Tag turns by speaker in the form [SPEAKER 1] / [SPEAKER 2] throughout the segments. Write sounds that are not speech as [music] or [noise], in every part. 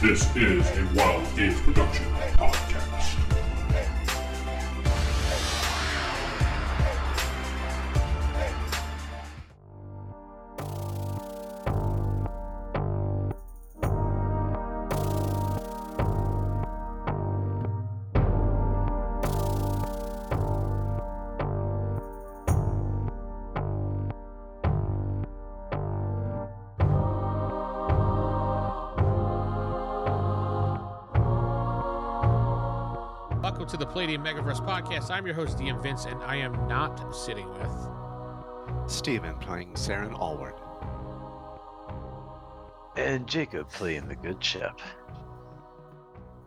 [SPEAKER 1] This is a Wild Age Production podcast.
[SPEAKER 2] Welcome to the Palladium Megaverse podcast. I'm your host, DM Vince, and I am not sitting with.
[SPEAKER 3] Steven playing Saren Allward.
[SPEAKER 4] And Jacob playing the good ship.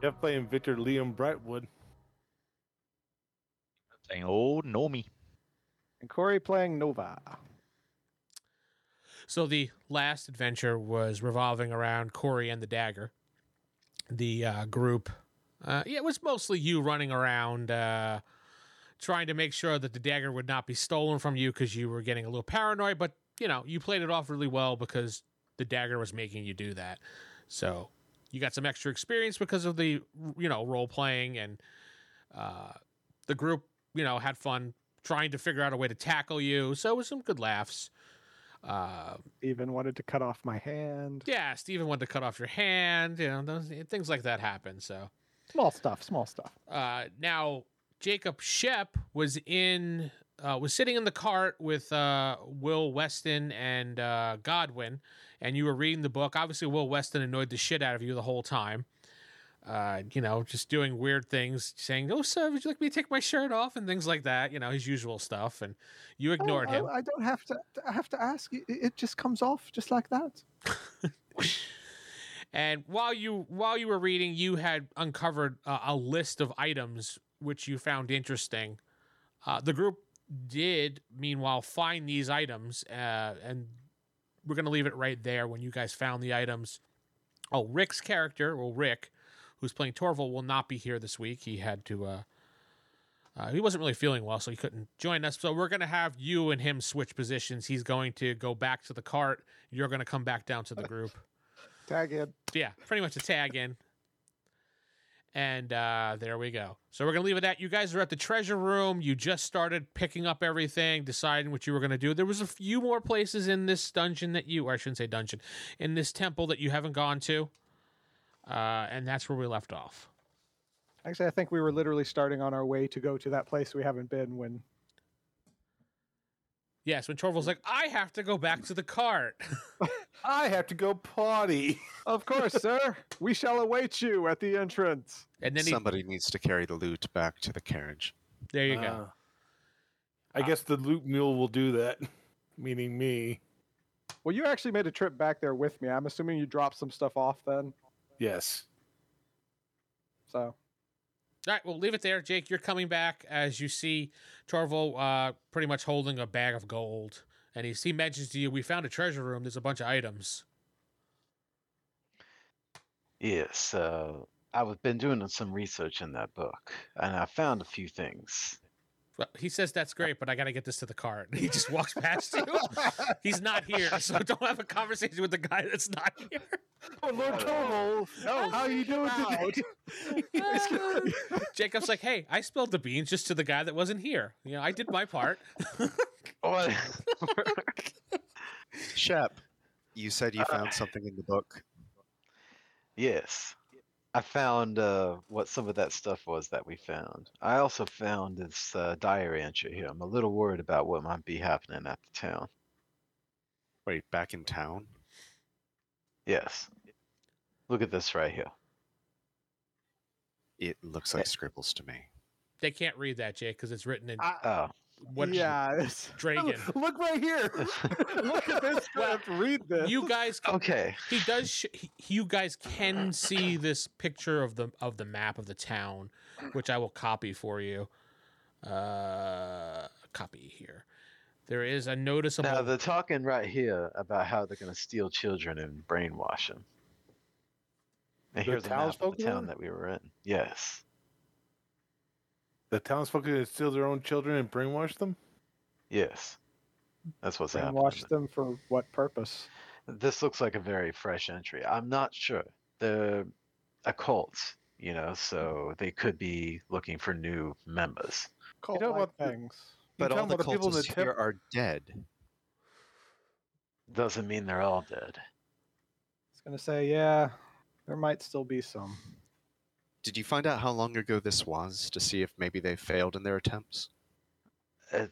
[SPEAKER 5] Jeff playing Victor Liam Brightwood.
[SPEAKER 4] Saying, oh, no me.
[SPEAKER 6] And Corey playing Nova.
[SPEAKER 2] So the last adventure was revolving around Corey and the dagger. The uh, group, uh, yeah, it was mostly you running around uh, trying to make sure that the dagger would not be stolen from you because you were getting a little paranoid. But you know, you played it off really well because the dagger was making you do that. So you got some extra experience because of the you know role playing and uh, the group you know had fun trying to figure out a way to tackle you. So it was some good laughs. Uh,
[SPEAKER 6] Even wanted to cut off my hand.
[SPEAKER 2] yeah, Steven wanted to cut off your hand. You know, those, things like that happen. So
[SPEAKER 6] Small stuff, small stuff.
[SPEAKER 2] uh, now Jacob Shep was in uh, was sitting in the cart with uh, Will Weston and uh, Godwin, and you were reading the book. Obviously, Will Weston annoyed the shit out of you the whole time. Uh, you know, just doing weird things, saying, "Oh, sir, would you like me to take my shirt off?" and things like that. You know, his usual stuff, and you
[SPEAKER 6] Oh,
[SPEAKER 2] ignored
[SPEAKER 6] I-
[SPEAKER 2] him.
[SPEAKER 6] I, don't have to. I have to ask. It, it just comes off just like that.
[SPEAKER 2] And while you while you were reading, you had uncovered uh, a list of items which you found interesting. Uh, the group did, meanwhile, find these items, uh, and we're going to leave it right there. When you guys found the items, oh, Rick's character, well, Rick, who's playing Torval, will not be here this week. He had to. Uh, uh, he wasn't really feeling well, so he couldn't join us. So we're going to have you and him switch positions. He's going to go back to the cart. You're going to come back down to the group
[SPEAKER 6] Tag in.
[SPEAKER 2] yeah, pretty much a tag in. And uh, there we go. So we're gonna leave it at you guys are at the treasure room. You just started picking up everything, deciding what you were gonna do. There was a few more places in this dungeon that you, or I shouldn't say dungeon, in this temple that you haven't gone to, uh, and that's where we left off.
[SPEAKER 6] Actually, I think we were literally starting on our way to go to that place we haven't been when.
[SPEAKER 2] Yes, when Torval's like, I have to go back to the cart.
[SPEAKER 5] I have to go potty.
[SPEAKER 6] Of course, sir. [laughs] We shall await you at the entrance.
[SPEAKER 2] And then he,
[SPEAKER 3] Somebody needs to carry the loot back to the carriage.
[SPEAKER 2] there you go.
[SPEAKER 5] Uh, I guess the loot mule will do that, [laughs] meaning me.
[SPEAKER 6] Well, you actually made a trip back there with me. I'm assuming you dropped some stuff off then.
[SPEAKER 5] Yes.
[SPEAKER 6] So
[SPEAKER 2] All right, we'll leave it there. Jake, you're coming back as you see Torval uh, pretty much holding a bag of gold. And he, he mentions to you, We found a treasure room. There's a bunch of items.
[SPEAKER 4] Yes, uh, I've been doing some research in that book, and I found a few things.
[SPEAKER 2] Well, he says, That's great, but I got to get this to the cart. [laughs] He just walks past you. He's not here. So don't have a conversation with the guy that's not here.
[SPEAKER 5] Oh, Lord Torval.
[SPEAKER 2] Oh,
[SPEAKER 5] how you doing
[SPEAKER 2] God.
[SPEAKER 5] today?
[SPEAKER 6] [laughs]
[SPEAKER 2] Jacob's like, Hey, I spilled the beans just to the guy that wasn't here. You know, I did my part.
[SPEAKER 4] What?
[SPEAKER 3] Shep, you said you
[SPEAKER 4] Uh,
[SPEAKER 3] found something in the book.
[SPEAKER 4] [laughs] yes, I found uh, what some of that stuff was that we found. I also found this uh, diary entry here. I'm a little worried about what might be happening at the town.
[SPEAKER 3] Wait, back in town?
[SPEAKER 4] Yes. Look at this right here.
[SPEAKER 3] It looks like scribbles to me.
[SPEAKER 2] They can't read that, Jake, because it's written in
[SPEAKER 6] I,
[SPEAKER 4] Oh,
[SPEAKER 2] what
[SPEAKER 6] yeah. [laughs] it's-
[SPEAKER 2] Dragon.
[SPEAKER 5] Look right
[SPEAKER 2] [laughs]
[SPEAKER 5] here.
[SPEAKER 6] Look at this
[SPEAKER 2] Well,
[SPEAKER 6] script. read this.
[SPEAKER 2] You guys can
[SPEAKER 4] Oh. [laughs] okay.
[SPEAKER 2] he does sh- he, you guys can see this picture of the of the map of the town which i will copy for you uh copy here there is a noticeable
[SPEAKER 4] Now they're talking right here about how they're going to steal children and brainwash them. And
[SPEAKER 5] The
[SPEAKER 4] here's a map of
[SPEAKER 5] townsfolk
[SPEAKER 4] the
[SPEAKER 5] are?
[SPEAKER 4] town that we were in. Yes,
[SPEAKER 5] the townsfolk are gonna steal their own children and brainwash them?
[SPEAKER 4] yes, that's what's
[SPEAKER 6] and
[SPEAKER 4] happening.
[SPEAKER 6] watch them for what purpose?
[SPEAKER 4] This looks like a very fresh entry. I'm not sure. They're a cult, you know, so they could be looking for new members.
[SPEAKER 6] Cult
[SPEAKER 5] about the-
[SPEAKER 6] things.
[SPEAKER 5] You
[SPEAKER 3] But
[SPEAKER 5] tell
[SPEAKER 3] all the
[SPEAKER 5] them what people in the
[SPEAKER 3] cultists here
[SPEAKER 5] temp-
[SPEAKER 3] are dead.
[SPEAKER 4] Doesn't mean they're all dead.
[SPEAKER 6] I was gonna say, yeah, there might still be some.
[SPEAKER 3] Did you find out how long ago this was to see if maybe they failed in their attempts?
[SPEAKER 4] It,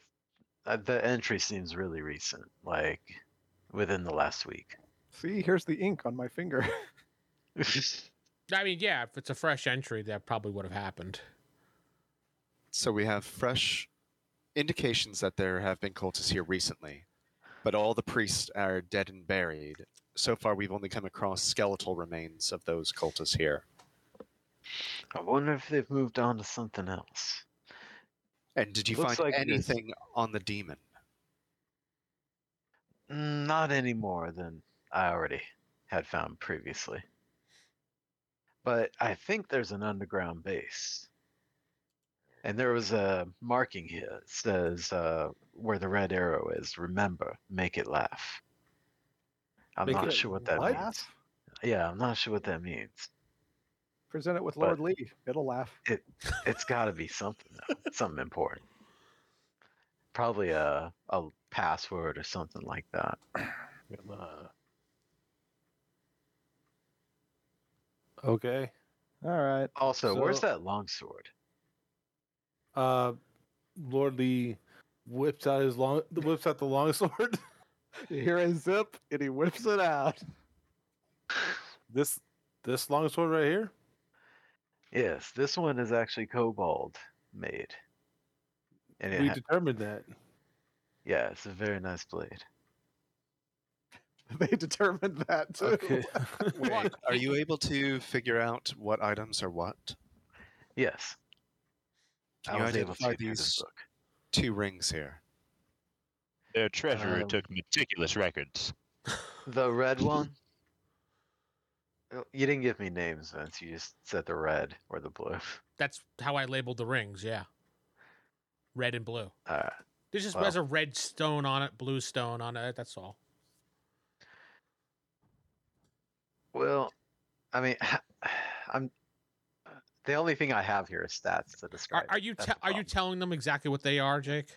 [SPEAKER 4] uh, the entry seems really recent, like within the last week. [laughs]
[SPEAKER 6] See, here's the ink on my finger.
[SPEAKER 2] I mean, yeah, if it's a fresh entry, that probably would have happened.
[SPEAKER 3] So we have fresh indications that there have been cultists here recently, but all the priests are dead and buried. So far, we've only come across skeletal remains of those cultists here.
[SPEAKER 4] I wonder if they've moved on to something else.
[SPEAKER 3] And did you
[SPEAKER 4] Looks
[SPEAKER 3] find
[SPEAKER 4] like it is.
[SPEAKER 3] anything on the demon?
[SPEAKER 4] Mm, Not any more than I already had found previously. But I think there's an underground base. And there was a marking here. It says uh, where the red arrow is. Remember, make it laugh. I'm
[SPEAKER 5] Make
[SPEAKER 4] not
[SPEAKER 5] it
[SPEAKER 4] sure what that
[SPEAKER 5] laugh?
[SPEAKER 4] means. Yeah, I'm not sure what that means.
[SPEAKER 6] Present it with
[SPEAKER 4] But-
[SPEAKER 6] Lord Lee. It'll laugh.
[SPEAKER 4] It's got to be something, though. something important. Probably a a password or something like that.
[SPEAKER 5] Uh, okay.
[SPEAKER 6] All right.
[SPEAKER 4] Also, where's
[SPEAKER 5] So-
[SPEAKER 4] that longsword?
[SPEAKER 5] Uh, Lord Lee whips out his long, whips out the longsword.
[SPEAKER 6] You hear a zip, and he whips it out. [laughs]
[SPEAKER 5] this this longsword right here.
[SPEAKER 4] Yes, this one is actually kobold made. And it
[SPEAKER 5] We
[SPEAKER 4] ha-
[SPEAKER 5] determined that.
[SPEAKER 4] yeah, it's a very nice blade.
[SPEAKER 6] They determined that too.
[SPEAKER 5] Okay.
[SPEAKER 3] [laughs] Wait, are you able to figure out what items are what?
[SPEAKER 4] Yes.
[SPEAKER 3] Can you
[SPEAKER 4] I was able
[SPEAKER 3] identify
[SPEAKER 4] to through this
[SPEAKER 3] these-
[SPEAKER 4] book.
[SPEAKER 3] Two rings here.
[SPEAKER 7] Their treasurer
[SPEAKER 4] Um,
[SPEAKER 7] took meticulous records.
[SPEAKER 4] The red one? Oh, You didn't give me names, Vince. You just said the red or the blue. [laughs]
[SPEAKER 2] That's how I labeled the rings. Yeah, red and blue.
[SPEAKER 4] Uh,
[SPEAKER 2] This just
[SPEAKER 4] Wow.
[SPEAKER 2] has a red stone on it, blue stone on it. That's all.
[SPEAKER 4] well, I mean, [sighs] I'm. uh, The only thing I have here is stats to describe.
[SPEAKER 2] Are, are
[SPEAKER 4] it.
[SPEAKER 2] you
[SPEAKER 4] That's
[SPEAKER 2] te-
[SPEAKER 4] the
[SPEAKER 2] are you
[SPEAKER 4] problem.
[SPEAKER 2] telling them exactly what they are, Jake?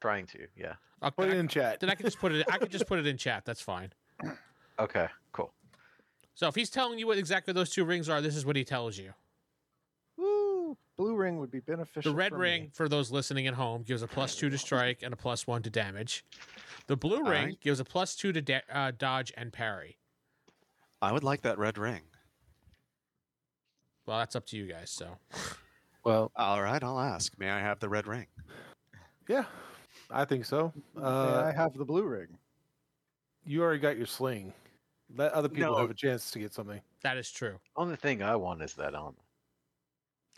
[SPEAKER 4] trying to? Yeah.
[SPEAKER 2] Uh,
[SPEAKER 5] Put it
[SPEAKER 2] then, I,
[SPEAKER 5] in chat.
[SPEAKER 2] then I can just put it. I could just put it in chat. That's fine.
[SPEAKER 4] Okay. Cool.
[SPEAKER 2] So if he's telling you what exactly those two rings are, this is what he tells you.
[SPEAKER 6] [laughs] Woo! Blue ring would be beneficial.
[SPEAKER 2] The red
[SPEAKER 6] for me.
[SPEAKER 2] ring, for those listening at home, gives a plus two to strike and a plus one to damage. The blue ring
[SPEAKER 3] right.
[SPEAKER 2] gives a plus two to da- uh, dodge and parry.
[SPEAKER 3] I would like that red ring.
[SPEAKER 2] Well, that's up to you guys. So
[SPEAKER 5] well,
[SPEAKER 3] All right, I'll ask. May I have the red ring?
[SPEAKER 5] yeah, I think so.
[SPEAKER 6] May
[SPEAKER 5] Uh,
[SPEAKER 6] I have the blue ring. [laughs]
[SPEAKER 5] You already got your sling. Let other people
[SPEAKER 3] No.
[SPEAKER 5] have a chance to get something.
[SPEAKER 2] that is true.
[SPEAKER 4] Only thing I want is that um,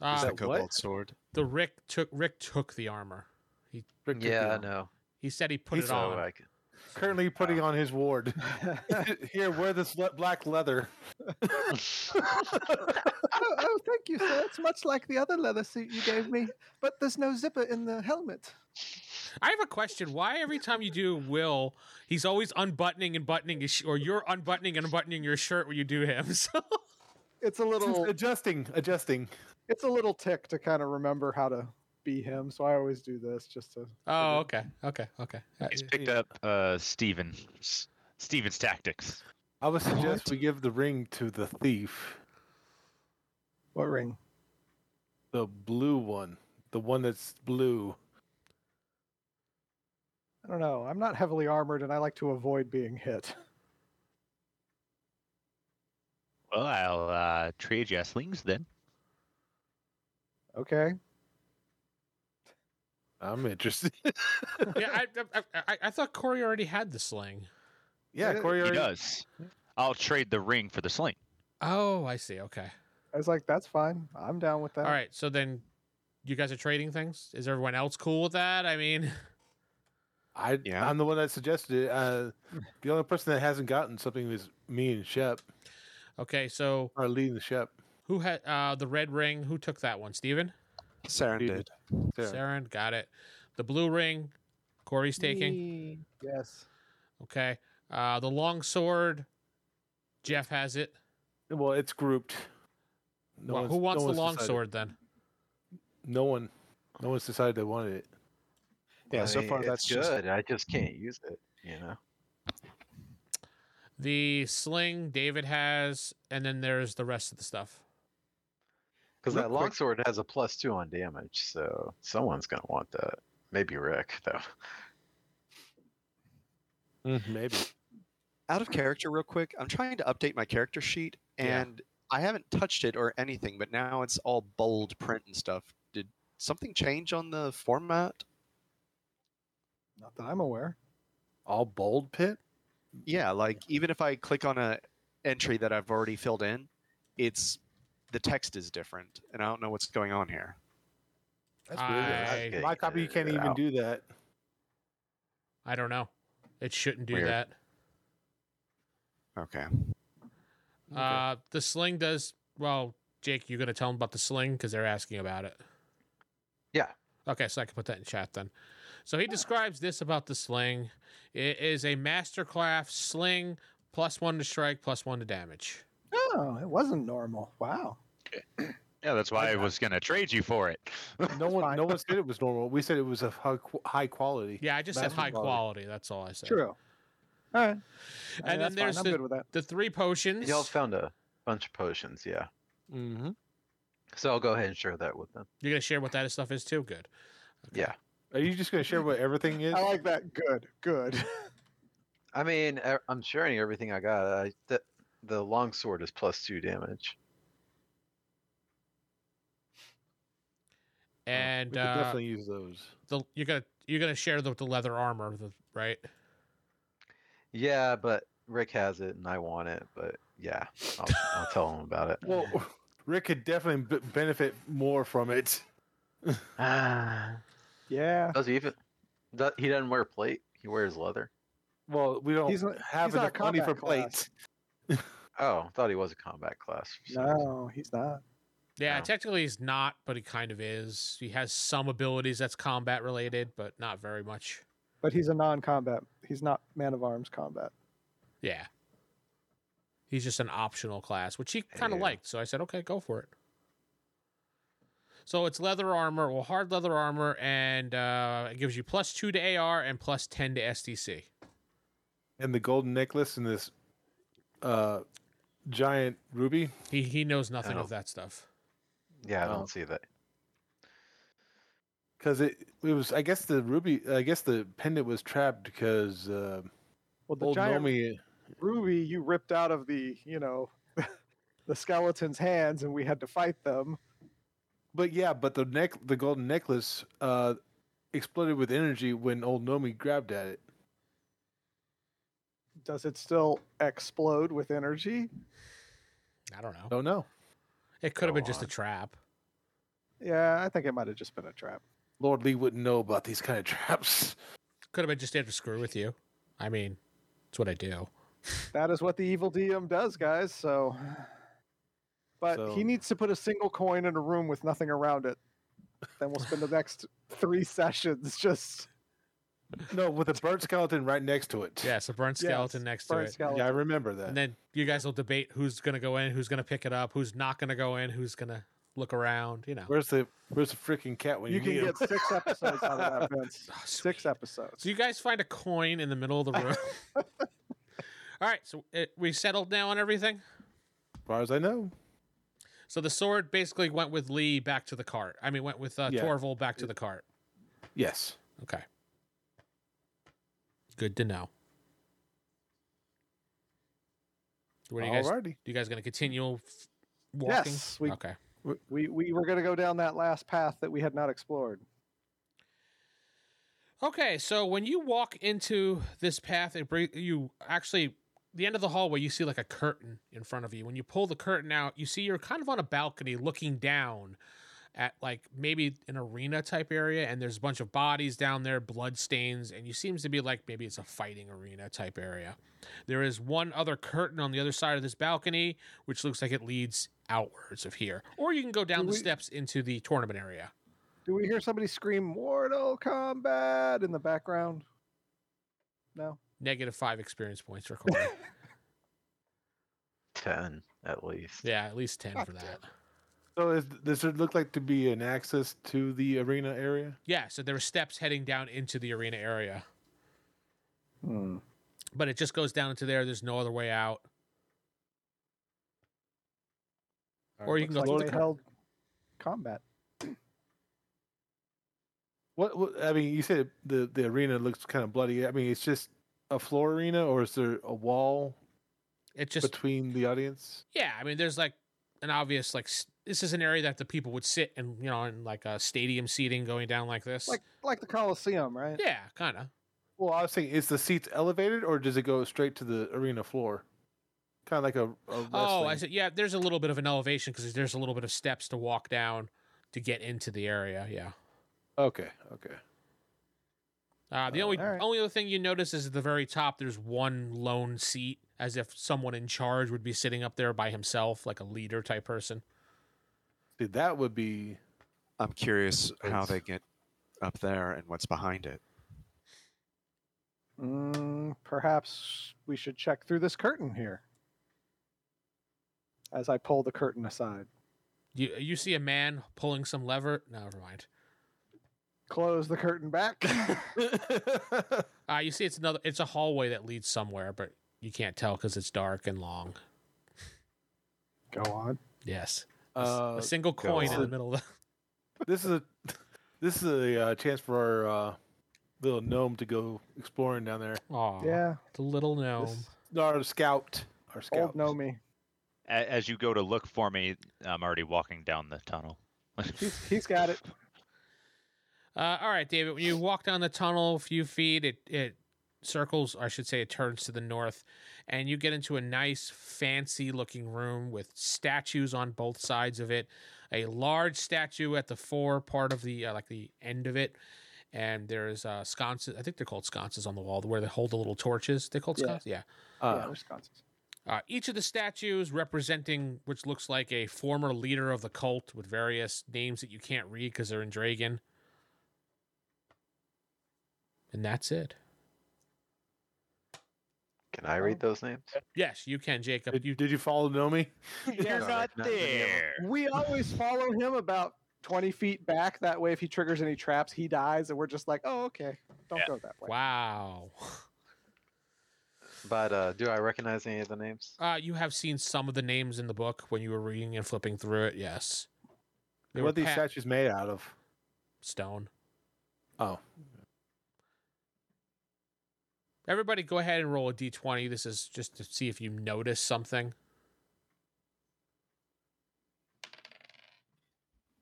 [SPEAKER 4] on.
[SPEAKER 2] Uh,
[SPEAKER 3] Is that
[SPEAKER 5] what?
[SPEAKER 3] cobalt sword?
[SPEAKER 2] the Rick took Rick took the armor.
[SPEAKER 5] Rick took
[SPEAKER 4] Yeah,
[SPEAKER 5] the
[SPEAKER 4] I
[SPEAKER 5] arm.
[SPEAKER 4] know.
[SPEAKER 2] He said he put
[SPEAKER 5] He's
[SPEAKER 2] it on.
[SPEAKER 4] So I can-
[SPEAKER 5] Currently putting on his ward. [laughs]
[SPEAKER 6] I,
[SPEAKER 5] Here, wear this le- black leather.
[SPEAKER 6] oh, thank you, sir. It's much like the other leather suit you gave me, but there's no zipper in the helmet.
[SPEAKER 2] I have a question. Why every time you do Will, he's always unbuttoning and buttoning his, sh- or you're unbuttoning and unbuttoning your shirt when you do him. [laughs] So
[SPEAKER 6] It's a
[SPEAKER 5] Just
[SPEAKER 6] little.
[SPEAKER 5] [laughs] adjusting, adjusting.
[SPEAKER 6] It's a little tick to kind of remember how to be him. So I always do this just to.
[SPEAKER 2] oh, okay, okay, okay. Uh,
[SPEAKER 7] He's picked up uh, Steven's, Steven's tactics.
[SPEAKER 5] I would suggest
[SPEAKER 6] What?
[SPEAKER 5] we give the ring to the thief,
[SPEAKER 6] What ring?
[SPEAKER 5] the blue one, the one that's blue.
[SPEAKER 6] I don't know. I'm not heavily armored, and I like to avoid being hit.
[SPEAKER 7] Well, I'll uh, trade you slings then.
[SPEAKER 6] Okay.
[SPEAKER 5] I'm interested. [laughs]
[SPEAKER 2] yeah, I, I, I, I thought Corey already had the sling.
[SPEAKER 5] yeah,
[SPEAKER 6] Yeah,
[SPEAKER 5] Corey
[SPEAKER 7] He
[SPEAKER 5] already.
[SPEAKER 7] does. I'll trade the ring for the sling.
[SPEAKER 2] Oh, I see. Okay.
[SPEAKER 6] I was like, that's fine. I'm down with that.
[SPEAKER 2] All right. So then, you guys are trading things. Is everyone else cool with that? I mean, [laughs]
[SPEAKER 5] I,
[SPEAKER 3] Yeah.
[SPEAKER 5] I'm the one that suggested it. Uh, the only person that hasn't gotten something is me and Shep,
[SPEAKER 2] okay. So
[SPEAKER 5] or leading the Shep.
[SPEAKER 2] who had uh, the red ring? Who took that one? Steven?
[SPEAKER 3] Saren
[SPEAKER 5] Steven.
[SPEAKER 3] did.
[SPEAKER 5] Yeah.
[SPEAKER 2] Saren, got it. The blue ring, Corey's taking.
[SPEAKER 6] Yes.
[SPEAKER 2] Okay. Uh, the long sword, Jeff has it.
[SPEAKER 5] Well, it's grouped. No
[SPEAKER 2] well,
[SPEAKER 5] one's-
[SPEAKER 2] who wants
[SPEAKER 5] no
[SPEAKER 2] the
[SPEAKER 5] one's
[SPEAKER 2] long
[SPEAKER 5] decided.
[SPEAKER 2] sword then?
[SPEAKER 5] No one. No one's decided they wanted it.
[SPEAKER 3] Yeah, Uh, so
[SPEAKER 4] mean,
[SPEAKER 3] far
[SPEAKER 4] it's
[SPEAKER 3] that's
[SPEAKER 4] good.
[SPEAKER 3] just-
[SPEAKER 4] I just can't use it. You know.
[SPEAKER 2] The sling David has, and then there's the rest of the stuff.
[SPEAKER 4] Because
[SPEAKER 3] Real
[SPEAKER 4] that
[SPEAKER 3] quick-
[SPEAKER 4] longsword has a plus two on damage, so someone's gonna want that. Maybe Rick, though. [laughs]
[SPEAKER 5] Maybe.
[SPEAKER 3] out of character real quick i'm trying to update my character sheet
[SPEAKER 2] Yeah.
[SPEAKER 3] and i haven't touched it or anything but now it's all bold print and stuff did something change on the format
[SPEAKER 6] Not that I'm aware.
[SPEAKER 5] All bold pit.
[SPEAKER 3] yeah like even if i click on a entry that i've already filled in it's the text is different and i don't know what's going on here
[SPEAKER 5] That's
[SPEAKER 2] I-
[SPEAKER 5] weird. My copy, you can't
[SPEAKER 4] Figure it
[SPEAKER 5] even
[SPEAKER 4] out.
[SPEAKER 5] do that.
[SPEAKER 2] I don't know. It shouldn't do
[SPEAKER 4] Weird.
[SPEAKER 2] that.
[SPEAKER 3] okay
[SPEAKER 2] Uh, the sling does. Well, Jake, you gonna tell them about the sling because they're asking about it.
[SPEAKER 4] Yeah.
[SPEAKER 2] Okay, so I can put that in chat then. So he describes this about the sling. It is a mastercraft sling, plus one to strike, plus one to damage.
[SPEAKER 6] Oh, it wasn't normal. Wow.
[SPEAKER 7] Yeah, that's why I was gonna trade you for it. [laughs]
[SPEAKER 5] No one.
[SPEAKER 6] fine.
[SPEAKER 5] No one said it was normal. We said it was of high, qu- high quality.
[SPEAKER 2] Yeah, I just said
[SPEAKER 5] Master
[SPEAKER 2] high
[SPEAKER 5] quality.
[SPEAKER 2] quality. That's all I said.
[SPEAKER 6] True. All right.
[SPEAKER 2] And then
[SPEAKER 6] that's fine.
[SPEAKER 2] there's
[SPEAKER 6] I'm
[SPEAKER 2] the-
[SPEAKER 6] good with that.
[SPEAKER 2] The three potions.
[SPEAKER 4] Y'all found a bunch of potions, yeah.
[SPEAKER 5] Mm-hmm.
[SPEAKER 4] So I'll go ahead and share that with them.
[SPEAKER 2] You're gonna share what that stuff is too.
[SPEAKER 5] Uh,
[SPEAKER 2] Good.
[SPEAKER 4] Yeah.
[SPEAKER 5] Are you just going to share what everything is?
[SPEAKER 6] I like that. Good. Good.
[SPEAKER 4] I mean, e- I'm sharing everything I got. I, the, the longsword is plus two damage.
[SPEAKER 5] We
[SPEAKER 2] And
[SPEAKER 5] could
[SPEAKER 2] uh,
[SPEAKER 5] definitely use those.
[SPEAKER 2] the, you're gonna you're gonna share the, the leather armor, the, right?
[SPEAKER 4] Yeah, but Rick has it and I want it, but yeah, I'll, I'll tell him about it.
[SPEAKER 5] Well, [laughs] Rick could definitely b- benefit more from it.
[SPEAKER 4] Ah,
[SPEAKER 5] [laughs]
[SPEAKER 6] Yeah.
[SPEAKER 4] [sighs] does he even? do- he doesn't wear plate. He wears leather.
[SPEAKER 5] Well, we don't
[SPEAKER 6] He's not-
[SPEAKER 5] have
[SPEAKER 6] he's not
[SPEAKER 5] enough money for
[SPEAKER 6] combat class.
[SPEAKER 5] plates.
[SPEAKER 4] Oh, thought he was a combat class. for some reason.
[SPEAKER 6] No, he's not.
[SPEAKER 2] Yeah,
[SPEAKER 4] Oh.
[SPEAKER 2] technically he's not, but he kind of is. He has some abilities that's combat related, but not very much.
[SPEAKER 6] But he's a non-combat. He's not man of arms combat.
[SPEAKER 2] Yeah. He's just an optional class, which he kind of
[SPEAKER 4] Yeah.
[SPEAKER 2] liked. So I said, okay, go for it. So it's leather armor, well, hard leather armor, and uh, it gives you plus two to AR and plus 10 to SDC.
[SPEAKER 5] And the golden necklace and this uh, giant ruby.
[SPEAKER 2] He, he knows nothing
[SPEAKER 4] Oh.
[SPEAKER 2] of that stuff.
[SPEAKER 4] Yeah, I
[SPEAKER 5] Oh.
[SPEAKER 4] don't see that.
[SPEAKER 5] Because it, it was, I guess the ruby, I guess the pendant was trapped because uh,
[SPEAKER 6] Well, the
[SPEAKER 5] old
[SPEAKER 6] giant
[SPEAKER 5] Nomi.
[SPEAKER 6] ruby you ripped out of the, you know, [laughs] the skeleton's hands, and we had to fight them.
[SPEAKER 5] But yeah, but the neck, the golden necklace uh, exploded with energy when old Nomi grabbed at it.
[SPEAKER 6] Does it still explode with energy?
[SPEAKER 2] I don't know.
[SPEAKER 5] Don't know.
[SPEAKER 2] It could have been
[SPEAKER 4] Go
[SPEAKER 2] just a
[SPEAKER 4] on.
[SPEAKER 2] trap.
[SPEAKER 6] Yeah, I think it might have just been a trap.
[SPEAKER 5] Lord Lee wouldn't know about these kind of [laughs] traps.
[SPEAKER 2] Could have been just there to screw with you. I mean, it's what I do.
[SPEAKER 6] That is what the evil DM does, guys. So, but
[SPEAKER 5] So-
[SPEAKER 6] he needs to put a single coin in a room with nothing around it. Then we'll spend the next three [laughs] sessions just
[SPEAKER 5] No, [laughs] with a burnt skeleton right next to it.
[SPEAKER 2] Yeah, so burn skeleton next to
[SPEAKER 6] burn
[SPEAKER 2] it.
[SPEAKER 6] skeleton.
[SPEAKER 5] Yeah, I remember that.
[SPEAKER 2] And then you guys will debate who's going to go in, who's going to pick it up, who's not going to go in, who's going to look around, you know.
[SPEAKER 5] Where's the Where's the freaking cat when you,
[SPEAKER 6] You can
[SPEAKER 5] need him?
[SPEAKER 6] get six episodes out of that, Vince.
[SPEAKER 2] Oh,
[SPEAKER 6] Six
[SPEAKER 2] sweet.
[SPEAKER 6] episodes.
[SPEAKER 2] So you guys find a coin in the middle of the room.
[SPEAKER 6] [laughs]
[SPEAKER 2] [laughs] All right, so it, we settled now on everything.
[SPEAKER 5] As far as I know,
[SPEAKER 2] So the sword basically went with Lee back to the cart. I mean, went with uh,
[SPEAKER 5] Yeah.
[SPEAKER 2] Torval back to the cart.
[SPEAKER 5] yes.
[SPEAKER 2] Okay. Good to know. What are you guys?
[SPEAKER 5] Alrighty.
[SPEAKER 2] You guys going to continue f- walking?
[SPEAKER 6] yes, we,
[SPEAKER 2] okay.
[SPEAKER 6] we we were going to go down that last path that we had not explored.
[SPEAKER 2] Okay, so when you walk into this path, it bring, you actually the end of the hallway. You see like a curtain in front of you. When you pull the curtain out, you see you're kind of on a balcony looking down at like maybe an arena type area, and there's a bunch of bodies down there, blood stains, and you seems to be like maybe it's a fighting arena type area. There is one other curtain on the other side of this balcony, which looks like it leads outwards of here, or you can go down
[SPEAKER 6] Do
[SPEAKER 2] the
[SPEAKER 6] we-
[SPEAKER 2] steps into the tournament area.
[SPEAKER 6] Do we hear somebody scream "Mortal Kombat" in the background? No.
[SPEAKER 2] Negative five experience points recorded.
[SPEAKER 4] Ten at least.
[SPEAKER 2] Yeah, at least 10 for
[SPEAKER 6] God
[SPEAKER 2] that.
[SPEAKER 5] So is, does it look like to be an access to the arena area?
[SPEAKER 2] Yeah, so there are steps heading down into the arena area,
[SPEAKER 6] Hmm.
[SPEAKER 2] but it just goes down into there. There's no other way out. Or you can go
[SPEAKER 6] Like
[SPEAKER 2] through
[SPEAKER 6] they
[SPEAKER 2] the.
[SPEAKER 6] held combat.
[SPEAKER 5] What, what? I mean, you said the the arena looks kind of bloody. I mean, it's just a floor arena, or is there a wall
[SPEAKER 2] It just
[SPEAKER 5] between the audience?
[SPEAKER 2] yeah. I mean, there's like an obvious like s- this is an area that the people would sit and you know in like a stadium seating going down like this.
[SPEAKER 6] Like like the Coliseum, right?
[SPEAKER 2] yeah, kind of.
[SPEAKER 5] Well, I was saying, is the seats elevated, or does it go straight to the arena floor? Kind of like a, a
[SPEAKER 2] Oh, I
[SPEAKER 5] wrestling-
[SPEAKER 2] said yeah. There's a little bit of an elevation because there's a little bit of steps to walk down to get into the area. Yeah.
[SPEAKER 5] Okay, okay.
[SPEAKER 2] Uh, the
[SPEAKER 5] Oh,
[SPEAKER 2] only
[SPEAKER 6] all right.
[SPEAKER 2] only other thing you notice is at the very top there's one lone seat, as if someone in charge would be sitting up there by himself, like a leader type person.
[SPEAKER 5] See, that
[SPEAKER 2] [laughs]
[SPEAKER 5] would be
[SPEAKER 3] I'm curious how
[SPEAKER 5] It's-
[SPEAKER 3] they get up there and what's behind it.
[SPEAKER 6] Mm, perhaps we should check through this curtain here. As I pull the curtain aside,
[SPEAKER 2] You you see a man pulling some lever. No, never mind.
[SPEAKER 6] close the curtain back.
[SPEAKER 2] Uh, you see it's another. It's a hallway that leads somewhere, but you can't tell because it's dark and long.
[SPEAKER 6] [laughs] Go on.
[SPEAKER 2] Yes, A s-
[SPEAKER 5] uh,
[SPEAKER 2] a single coin in
[SPEAKER 5] on.
[SPEAKER 2] the middle. of the-
[SPEAKER 5] this is a [laughs] this is a uh, chance for our uh, little gnome to go exploring down there.
[SPEAKER 2] Aw,
[SPEAKER 6] yeah,
[SPEAKER 2] the [laughs] little gnome.
[SPEAKER 5] This- our scout, our
[SPEAKER 6] old
[SPEAKER 5] scout.
[SPEAKER 6] Nomi.
[SPEAKER 7] A- As you go to look for me, I'm already walking down the tunnel. [laughs]
[SPEAKER 6] He's, he's got it.
[SPEAKER 2] Uh, all right, David. When you walk down the tunnel a few feet, it it circles, or I should say, it turns to the north, and you get into a nice, fancy looking room with statues on both sides of it. A large statue at the fore part of the uh, like the end of it, and there's uh, sconces. I think they're called sconces on the wall, where they hold the little torches. They called
[SPEAKER 6] Yeah.
[SPEAKER 2] sconces. Yeah.
[SPEAKER 6] yeah,
[SPEAKER 5] Uh,
[SPEAKER 6] there's sconces.
[SPEAKER 2] Uh, each of the statues representing which looks like a former leader of the cult with various names that you can't read because they're in Dragon. And that's it.
[SPEAKER 4] Can I read those names?
[SPEAKER 2] Yes, you can, Jacob.
[SPEAKER 5] did
[SPEAKER 2] you
[SPEAKER 5] you did you follow Nomi?
[SPEAKER 6] Yes.
[SPEAKER 7] You're not
[SPEAKER 4] not video.
[SPEAKER 7] there.
[SPEAKER 6] We always follow him about 20 feet back. That way, if he triggers any traps, he dies, and we're just like, oh, okay. Don't
[SPEAKER 7] Yeah.
[SPEAKER 6] go that way.
[SPEAKER 2] wow.
[SPEAKER 4] But uh, do I recognize any of the names?
[SPEAKER 2] Uh, [laughs] you have seen some of the names in the book when you were reading and flipping through it. Yes. They
[SPEAKER 5] What are
[SPEAKER 2] were
[SPEAKER 5] these
[SPEAKER 2] pa-
[SPEAKER 5] statues made out of?
[SPEAKER 2] stone.
[SPEAKER 5] Oh,
[SPEAKER 2] Everybody, go ahead and roll a d20. This is just to see if you notice something.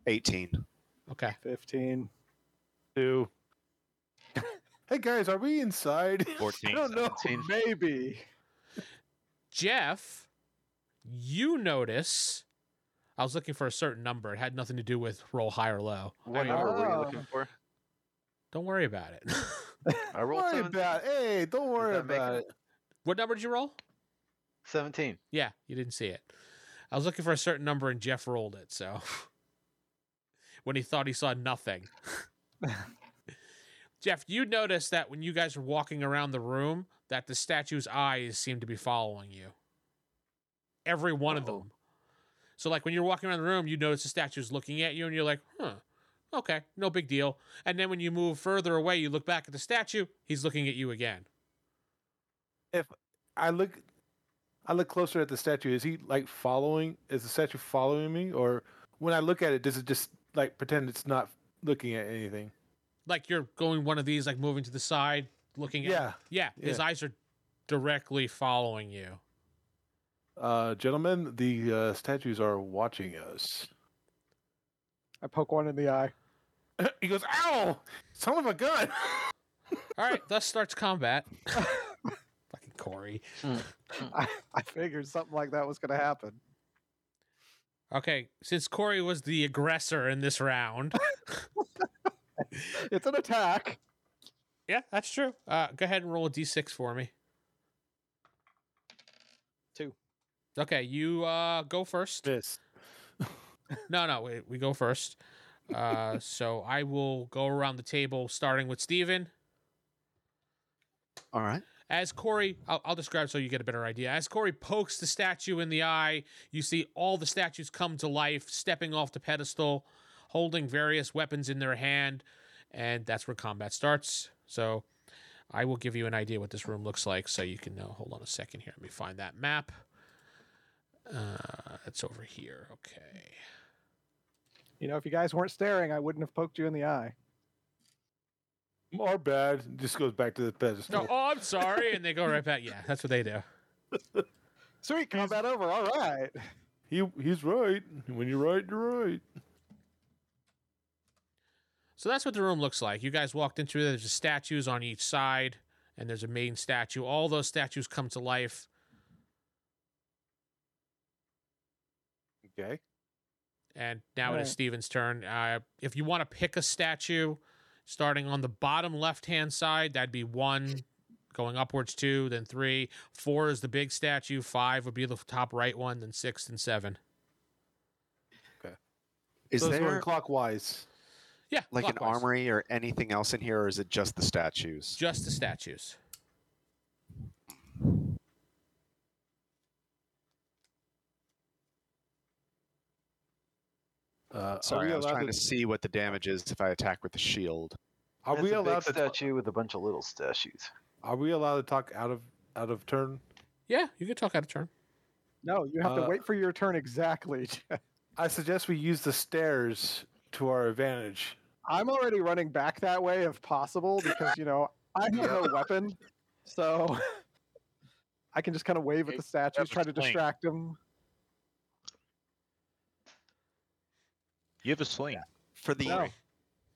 [SPEAKER 3] 18.
[SPEAKER 2] Okay.
[SPEAKER 6] 15.
[SPEAKER 5] two. [laughs] hey guys, are we inside?
[SPEAKER 7] 14.
[SPEAKER 5] I don't know.
[SPEAKER 4] 17.
[SPEAKER 6] Maybe.
[SPEAKER 2] Jeff, you notice. I was looking for a certain number. It had nothing to do with roll high or low.
[SPEAKER 4] What
[SPEAKER 2] I mean,
[SPEAKER 4] number were you
[SPEAKER 6] Oh.
[SPEAKER 4] looking for?
[SPEAKER 2] Don't worry about it.
[SPEAKER 4] [laughs]
[SPEAKER 2] [laughs]
[SPEAKER 4] I
[SPEAKER 5] Don't
[SPEAKER 4] rolled
[SPEAKER 5] worry
[SPEAKER 4] 17.
[SPEAKER 5] about. Hey, don't worry
[SPEAKER 4] that make
[SPEAKER 5] about
[SPEAKER 4] it?
[SPEAKER 5] it.
[SPEAKER 2] what number did you roll?
[SPEAKER 4] 17.
[SPEAKER 2] Yeah, you didn't see it. I was looking for a certain number and Jeff rolled it. So [laughs] when he thought he saw nothing. Jeff, you noticed that when you guys were walking around the room, that the statue's eyes seemed to be following you. Every one of
[SPEAKER 5] Uh-oh.
[SPEAKER 2] them. So, like when you're walking around the room, you notice the statue's looking at you, and you're like, "Huh, okay, no big deal." And then when you move further away, you look back at the statue; he's looking at you again.
[SPEAKER 5] I look, I look closer at the statue. Is he like following? Is the statue following me? Or when I look at it, does it just like pretend it's not looking at anything?
[SPEAKER 2] Like you're going one of these, like moving to the side, looking at
[SPEAKER 5] Yeah.
[SPEAKER 2] Yeah, his
[SPEAKER 5] Yeah.
[SPEAKER 2] eyes are directly following you.
[SPEAKER 5] Uh, gentlemen, the uh, statues are watching us. [clears throat]
[SPEAKER 6] I poke one in the eye. [laughs]
[SPEAKER 5] he goes, "Ow! Son of a gun!" [laughs]
[SPEAKER 2] All right, [laughs] thus starts combat. Fucking Corey.
[SPEAKER 6] I, I figured something like that was going to happen.
[SPEAKER 2] Okay, since Corey was the aggressor in this round,
[SPEAKER 6] It's an attack.
[SPEAKER 2] [laughs] yeah, that's true. Uh, go ahead and roll a d6 for me.
[SPEAKER 6] Two.
[SPEAKER 2] Okay, you uh, go [laughs] first.
[SPEAKER 5] This.
[SPEAKER 2] No, no, we, we go first. Uh, so I will go around the table, starting with Steven,
[SPEAKER 3] All right.
[SPEAKER 2] As Corey, I'll, I'll describe so you get a better idea. As Corey pokes the statue in the eye, you see all the statues come to life, stepping off the pedestal, holding various weapons in their hand, and that's where combat starts. So I will give you an idea what this room looks like so you can know. Hold on a second here. Let me find that map. Uh, it's over here. Okay.
[SPEAKER 6] You know, if you guys weren't staring, I wouldn't have poked you in the eye.
[SPEAKER 5] Our bad. Just goes back to the pedestal.
[SPEAKER 2] No, oh, I'm sorry. [laughs] And they go right back. Yeah, that's what they do.
[SPEAKER 6] Sweet, combat over. All right.
[SPEAKER 5] He he's right. When you're right, you're right.
[SPEAKER 2] So that's what the room looks like. You guys walked into it. There's statues on each side, and there's a main statue. All those statues come to life.
[SPEAKER 5] Okay.
[SPEAKER 2] And now it
[SPEAKER 6] Alright.
[SPEAKER 2] is Steven's turn. Uh, if you want to pick a statue, starting on the bottom left hand side, that'd be one, going upwards two, then three. Four is the big statue. Five would be the top right one, then six and seven.
[SPEAKER 3] Is
[SPEAKER 5] Those
[SPEAKER 3] there
[SPEAKER 5] going clockwise?
[SPEAKER 2] Yeah.
[SPEAKER 3] like an
[SPEAKER 2] clockwise.
[SPEAKER 3] armory or anything else in here, or is it just the statues?
[SPEAKER 2] Just the statues.
[SPEAKER 5] Uh,
[SPEAKER 3] Sorry, I was
[SPEAKER 5] allowed
[SPEAKER 3] trying to see what the damage is if I attack with the shield.
[SPEAKER 5] Are
[SPEAKER 4] That's
[SPEAKER 5] we
[SPEAKER 4] a big
[SPEAKER 5] allowed to?
[SPEAKER 4] statue with a bunch of little statues?
[SPEAKER 5] Are we allowed to talk out of out of turn?
[SPEAKER 2] Yeah, you can talk out of turn.
[SPEAKER 6] No, you have
[SPEAKER 5] Uh,
[SPEAKER 6] to wait for your turn exactly. [laughs]
[SPEAKER 5] I suggest we use the stairs to our advantage.
[SPEAKER 6] I'm already running back that way if possible because, you know, I have no weapon. So I can just kind of wave at the statues,
[SPEAKER 7] that's
[SPEAKER 6] try to
[SPEAKER 7] explained.
[SPEAKER 6] distract them.
[SPEAKER 7] You have a sling.
[SPEAKER 3] For the
[SPEAKER 6] No.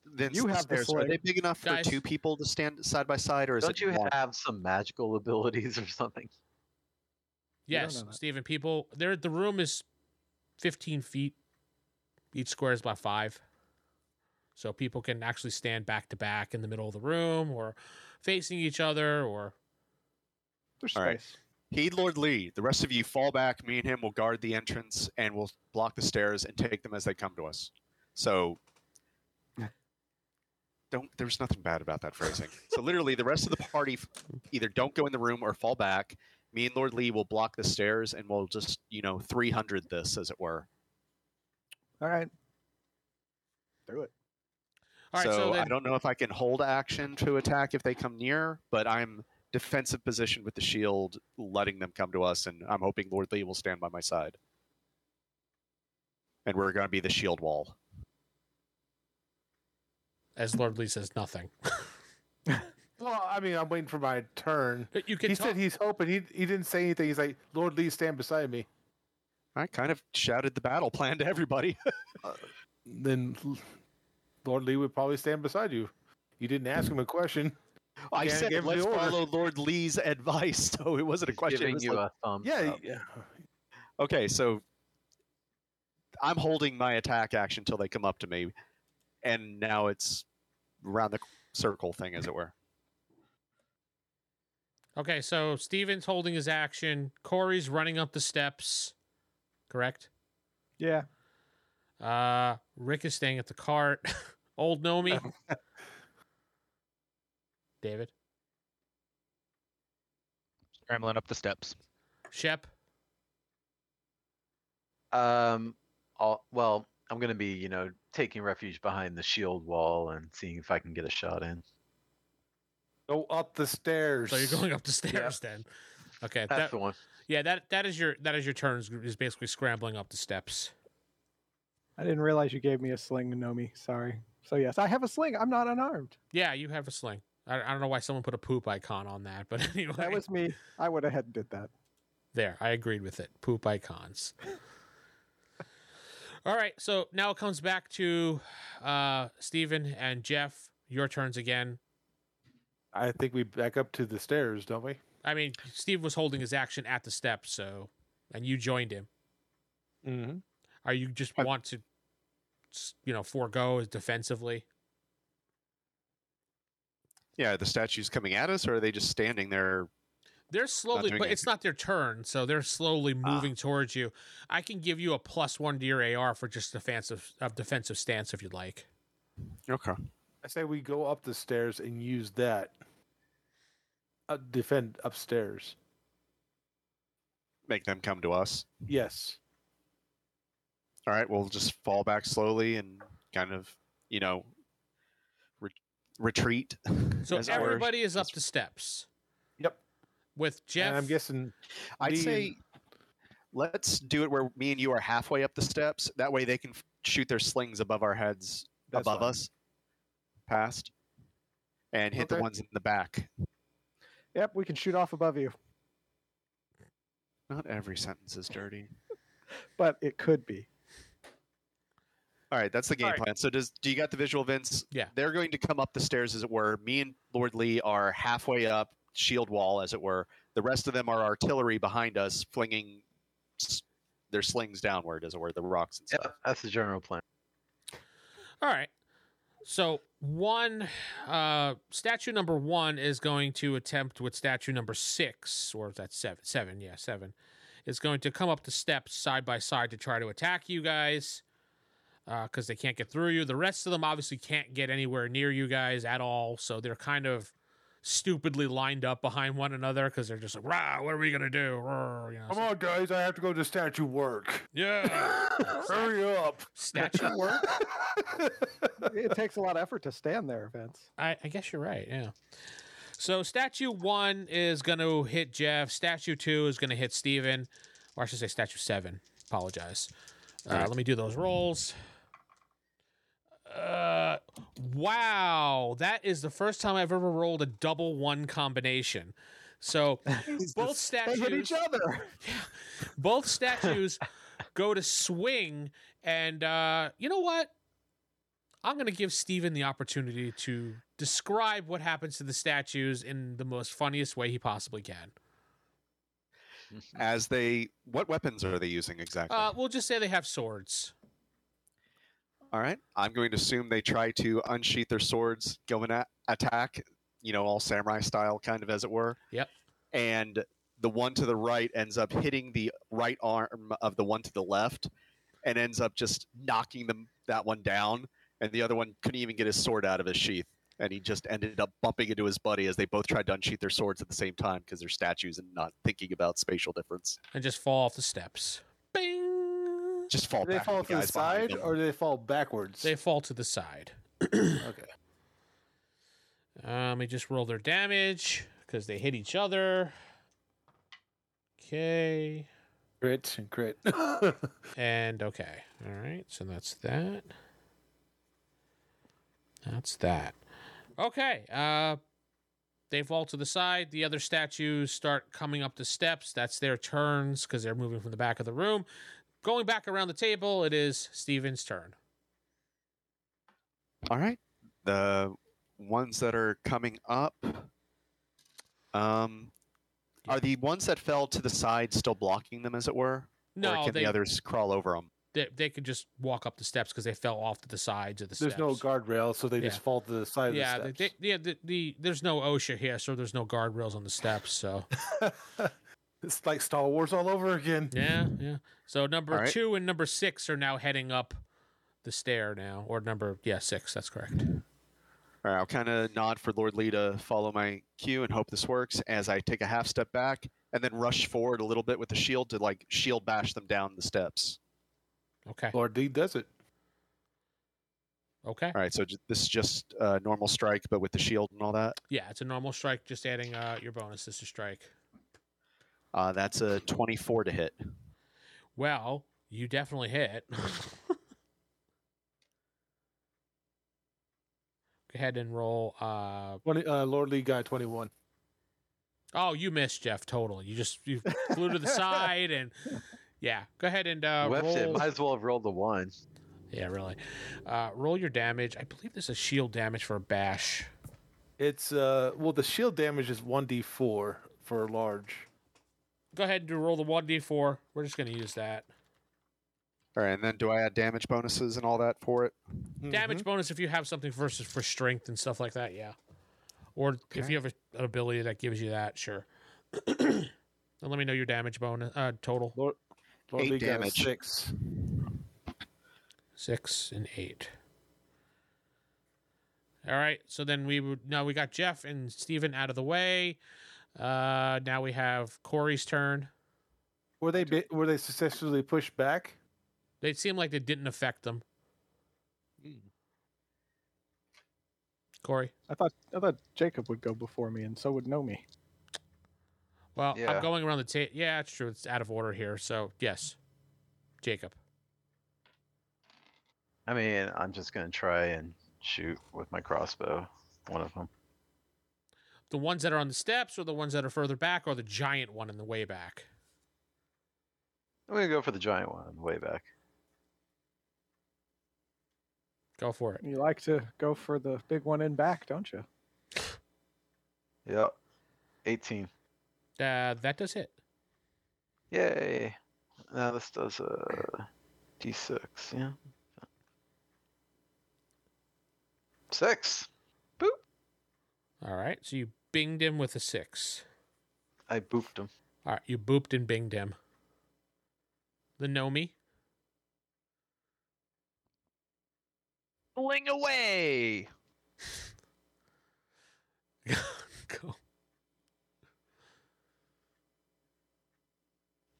[SPEAKER 3] then
[SPEAKER 6] You
[SPEAKER 3] the
[SPEAKER 6] have the
[SPEAKER 3] stairs, are they
[SPEAKER 6] sling.
[SPEAKER 3] big enough for
[SPEAKER 2] Guys.
[SPEAKER 3] two people to stand side by side, or is
[SPEAKER 4] Don't
[SPEAKER 3] it
[SPEAKER 4] you
[SPEAKER 3] one?
[SPEAKER 4] have some magical [laughs] abilities or something?
[SPEAKER 6] You don't
[SPEAKER 2] Yes,
[SPEAKER 6] know that.
[SPEAKER 2] Stephen. People, there. The room is fifteen feet. Each square is by five, so people can actually stand back to back in the middle of the room, or facing each other, or
[SPEAKER 6] There's
[SPEAKER 3] All right.
[SPEAKER 6] space.
[SPEAKER 3] Heed Lord Lee. The rest of you fall back. Me and him will guard the entrance and we'll block the stairs and take them as they come to us. So don't there's nothing bad about that phrasing. so literally the rest of the party f- either don't go in the room or fall back. Me and Lord Lee will block the stairs and we'll just, you know, 300 this as it were.
[SPEAKER 6] All right. Do it.
[SPEAKER 2] all right. So,
[SPEAKER 3] I
[SPEAKER 2] then,
[SPEAKER 3] don't know if I can hold action to attack if they come near, but I'm defensive position with the shield, letting them come to us, and I'm hoping Lord Lee will stand by my side. And we're going to be the shield wall.
[SPEAKER 2] as Lord Lee says, nothing.
[SPEAKER 5] Well, I mean, I'm waiting for my turn.
[SPEAKER 2] You can.
[SPEAKER 5] He
[SPEAKER 2] talk-
[SPEAKER 5] said he's hoping. He he didn't say anything. He's like, Lord Lee, stand beside me.
[SPEAKER 3] I kind of shouted the battle plan to everybody. [laughs]
[SPEAKER 5] Then L- Lord Lee would probably stand beside you. You didn't ask him a question.
[SPEAKER 3] I
[SPEAKER 5] Yeah,
[SPEAKER 3] said,
[SPEAKER 5] give him the
[SPEAKER 3] let's
[SPEAKER 5] order."
[SPEAKER 3] follow Lord Lee's advice, [laughs] so it wasn't a
[SPEAKER 4] He's
[SPEAKER 3] question. it
[SPEAKER 4] Giving
[SPEAKER 3] was
[SPEAKER 4] you
[SPEAKER 3] like-
[SPEAKER 4] a thumbs
[SPEAKER 5] Yeah,
[SPEAKER 4] up.
[SPEAKER 5] yeah.
[SPEAKER 3] Okay, so I'm holding my attack action till they come up to me, and now it's round the circle thing, as it were.
[SPEAKER 2] okay, so Steven's holding his action. Corey's running up the steps. Correct.
[SPEAKER 6] Yeah.
[SPEAKER 2] Uh, Rick is staying at the cart. [laughs] Old Nomi. David.
[SPEAKER 7] Scrambling up the steps.
[SPEAKER 2] Shep.
[SPEAKER 4] Um, I'll, well, I'm gonna be, you know, taking refuge behind the shield wall and seeing if I can get a shot in.
[SPEAKER 5] Go up the stairs.
[SPEAKER 2] So you're going
[SPEAKER 6] [laughs]
[SPEAKER 2] up the stairs then. Okay.
[SPEAKER 4] That's
[SPEAKER 2] That,
[SPEAKER 4] the one.
[SPEAKER 2] yeah, that that is your that is your turn is- is basically scrambling up the steps.
[SPEAKER 6] I didn't realize you gave me a sling, Nomi. Sorry. So, yes, I have a sling. I'm not unarmed.
[SPEAKER 2] Yeah, you have a sling. I, I don't know why someone put a poop icon on that, but [laughs] anyway,
[SPEAKER 6] That was me. I went ahead and did that.
[SPEAKER 2] there. I agreed with it. Poop
[SPEAKER 6] [laughs]
[SPEAKER 2] icons. All right, so now it comes back to uh Steven and Jeff. Your turns again.
[SPEAKER 5] I think we back up to the stairs, don't we?
[SPEAKER 2] I mean, Steve was holding his action at the steps, so and you joined him.
[SPEAKER 5] Mm-hmm.
[SPEAKER 2] Are you just
[SPEAKER 3] I-
[SPEAKER 2] want to, s- you know, forego defensively?
[SPEAKER 3] Yeah, are the statues coming at us, or are they just standing there?
[SPEAKER 2] They're slowly,
[SPEAKER 3] doing
[SPEAKER 2] but it's
[SPEAKER 3] anything. Ah.
[SPEAKER 2] not their turn, so they're slowly moving towards you. I can give you a plus one to your AR for just defensive of defensive stance if you'd like.
[SPEAKER 3] Okay.
[SPEAKER 5] I say we go up the stairs and use that. uh, defend upstairs.
[SPEAKER 3] Make them come to us.
[SPEAKER 5] Yes.
[SPEAKER 3] All right, we'll just fall back slowly and kind of, you know, re- retreat.
[SPEAKER 2] So
[SPEAKER 3] as it were.
[SPEAKER 2] everybody is up the steps.
[SPEAKER 5] Yep.
[SPEAKER 2] With Jeff.
[SPEAKER 5] And I'm guessing
[SPEAKER 3] I'd
[SPEAKER 5] Lee
[SPEAKER 3] say
[SPEAKER 5] and-
[SPEAKER 3] let's do it where me and you are halfway up the steps. That way they can f- shoot their slings above our heads,
[SPEAKER 5] that's
[SPEAKER 3] above
[SPEAKER 5] fine.
[SPEAKER 3] us, past, and hit the
[SPEAKER 6] Okay.
[SPEAKER 3] ones in the back.
[SPEAKER 6] Yep, we can shoot off above you,
[SPEAKER 3] Not every sentence is dirty.
[SPEAKER 6] but it could be.
[SPEAKER 3] All right, that's the game
[SPEAKER 7] All right.
[SPEAKER 3] plan. So does do you got the visual, Vince?
[SPEAKER 2] Yeah.
[SPEAKER 3] They're going to come up the stairs, as it were. Me and Lord Lee are halfway up shield wall, as it were. The rest of them are artillery behind us, flinging s- their slings downward, as it were, the rocks and
[SPEAKER 4] Yeah,
[SPEAKER 3] stuff.
[SPEAKER 4] that's the general plan.
[SPEAKER 2] All right. So one uh statue number one is going to attempt with statue number six, or that's seven seven, yeah, seven, is going to come up the steps side by side to try to attack you guys. because they can't get through you. The rest of them obviously can't get anywhere near you guys at all, so they're kind of stupidly lined up behind one another because they're just like, "Rah, what are we gonna do?" Rah, you know, [laughs]
[SPEAKER 5] Come
[SPEAKER 2] so-
[SPEAKER 5] on, guys! I have to go to statue [laughs] work.
[SPEAKER 2] yeah,
[SPEAKER 5] Hurry up!
[SPEAKER 2] statue work.
[SPEAKER 6] it takes a lot of effort to stand there, Vince.
[SPEAKER 2] I, I guess you're right. Yeah. So statue one is going to hit Jeff. Statue two is going to hit Steven. Or I should say statue seven. Apologize. Uh, Let me do those rolls. Uh, wow. That is the first time I've ever rolled a double one combination. So both
[SPEAKER 6] They
[SPEAKER 2] statues
[SPEAKER 6] hit each other.
[SPEAKER 2] both statues [laughs] go to swing and uh, you know what i'm going to give steven the opportunity to describe what happens to the statues in the most funniest way he possibly can
[SPEAKER 3] As they, what weapons are they using exactly?
[SPEAKER 2] uh, we'll just say they have swords
[SPEAKER 3] All right. I'm going to assume they try to unsheath their swords, go and a- attack, you know, all samurai style, kind of as it were.
[SPEAKER 2] Yep.
[SPEAKER 3] And the one to the right ends up hitting the right arm of the one to the left and ends up just knocking them that one down. And the other one couldn't even get his sword out of his sheath. And he just ended up bumping into his buddy as they both tried to unsheath their swords at the same time because they're statues and not thinking about spatial difference.
[SPEAKER 2] and just fall off the steps bing
[SPEAKER 3] Just fall
[SPEAKER 5] Do they
[SPEAKER 3] back.
[SPEAKER 5] fall to the
[SPEAKER 3] guys behind
[SPEAKER 5] side
[SPEAKER 3] them.
[SPEAKER 5] or do they fall backwards?
[SPEAKER 2] they fall to the side
[SPEAKER 5] Okay.
[SPEAKER 2] Um, let me just roll their damage because they hit each other okay
[SPEAKER 5] Crit and crit.
[SPEAKER 2] [laughs]
[SPEAKER 5] All
[SPEAKER 2] And okay. All right. So that's that. That's that. Okay. Uh they fall to the side. The other statues start coming up the steps. That's their turns because they're moving from the back of the room. Going back around the table, it is Steven's turn.
[SPEAKER 3] All right. The ones that are coming up. Um, are the ones that fell to the side still blocking them, as it were? or
[SPEAKER 2] No,
[SPEAKER 3] can
[SPEAKER 2] they,
[SPEAKER 3] the others crawl over them?
[SPEAKER 2] they they could just walk up the steps because they fell off to the sides of the
[SPEAKER 5] There's
[SPEAKER 2] steps.
[SPEAKER 5] no guardrail, so they
[SPEAKER 2] Yeah.
[SPEAKER 5] just fall to the side
[SPEAKER 2] yeah,
[SPEAKER 5] of the
[SPEAKER 2] they,
[SPEAKER 5] steps.
[SPEAKER 2] they- yeah. The, the there's no OSHA here, so there's no guardrails on the steps. So
[SPEAKER 5] [laughs] it's like Star Wars all over again.
[SPEAKER 2] Yeah, yeah. So number
[SPEAKER 3] All right.
[SPEAKER 2] two and number six are now heading up the stair now, or number yeah six. That's correct.
[SPEAKER 3] All right, I'll kind of nod for Lord Lee to follow my cue and hope this works as I take a half step back and then rush forward a little bit with the shield to like shield bash them down the steps.
[SPEAKER 2] Okay.
[SPEAKER 5] Lord D does it.
[SPEAKER 2] Okay.
[SPEAKER 3] All right, so j- this is just uh, normal strike, but with the shield and all that.
[SPEAKER 2] Yeah, it's a normal strike. Just adding uh, your bonuses to strike.
[SPEAKER 3] Uh, that's a 24 to hit.
[SPEAKER 2] Well, you definitely hit. [laughs] Go ahead and roll. Uh...
[SPEAKER 5] 20, uh, Lord Lee guy 21.
[SPEAKER 2] Oh, you missed Jeff. Total. You just you flew to the side and yeah. Go ahead and uh,
[SPEAKER 4] Left it.
[SPEAKER 2] roll.
[SPEAKER 4] Might as well have rolled the one.
[SPEAKER 2] Yeah, really. Uh, roll your damage. I believe this is shield damage for a bash.
[SPEAKER 5] It's, uh, well, the shield damage is 1d4 for large.
[SPEAKER 2] go ahead and roll the 1d4. We're just going to use that.
[SPEAKER 3] All right, and then do I add damage bonuses and all that for it?
[SPEAKER 2] Damage bonus if you have something versus for strength and stuff like that, yeah. Or if you have a, an ability that gives you that, sure. [clears throat] and let me know your damage bonus uh, total.
[SPEAKER 5] Lord, Lord
[SPEAKER 3] Eight
[SPEAKER 5] Lee got a
[SPEAKER 3] damage.
[SPEAKER 5] six.
[SPEAKER 2] Six and eight. All right, so then we would now we got Jeff and Steven out of the way. Uh, now we have Corey's turn.
[SPEAKER 5] Were they bi- were they successfully pushed back?
[SPEAKER 2] They seem like they didn't affect them. Corey.
[SPEAKER 6] I thought I thought Jacob would go before me, and so would Nomi.
[SPEAKER 2] Well,
[SPEAKER 4] Yeah.
[SPEAKER 2] I'm going around the table. Yeah, it's true. It's out of order here. So yes, Jacob.
[SPEAKER 4] I mean, I'm just gonna try and shoot with my crossbow. One of them.
[SPEAKER 2] The ones that are on the steps, or the ones that are further back, or the giant one in the way back.
[SPEAKER 4] I'm gonna go for the giant one on the way back.
[SPEAKER 2] Go for it.
[SPEAKER 6] You like to go for the big one in back, don't you?
[SPEAKER 4] Yep. 18.
[SPEAKER 2] Uh, that does hit.
[SPEAKER 4] Yay. Now this does a d6. Yeah. Six.
[SPEAKER 2] All right. So you binged him with a six.
[SPEAKER 4] I booped him.
[SPEAKER 2] All right. You booped and binged him. The Nomi.
[SPEAKER 7] Bling away.
[SPEAKER 2] Go.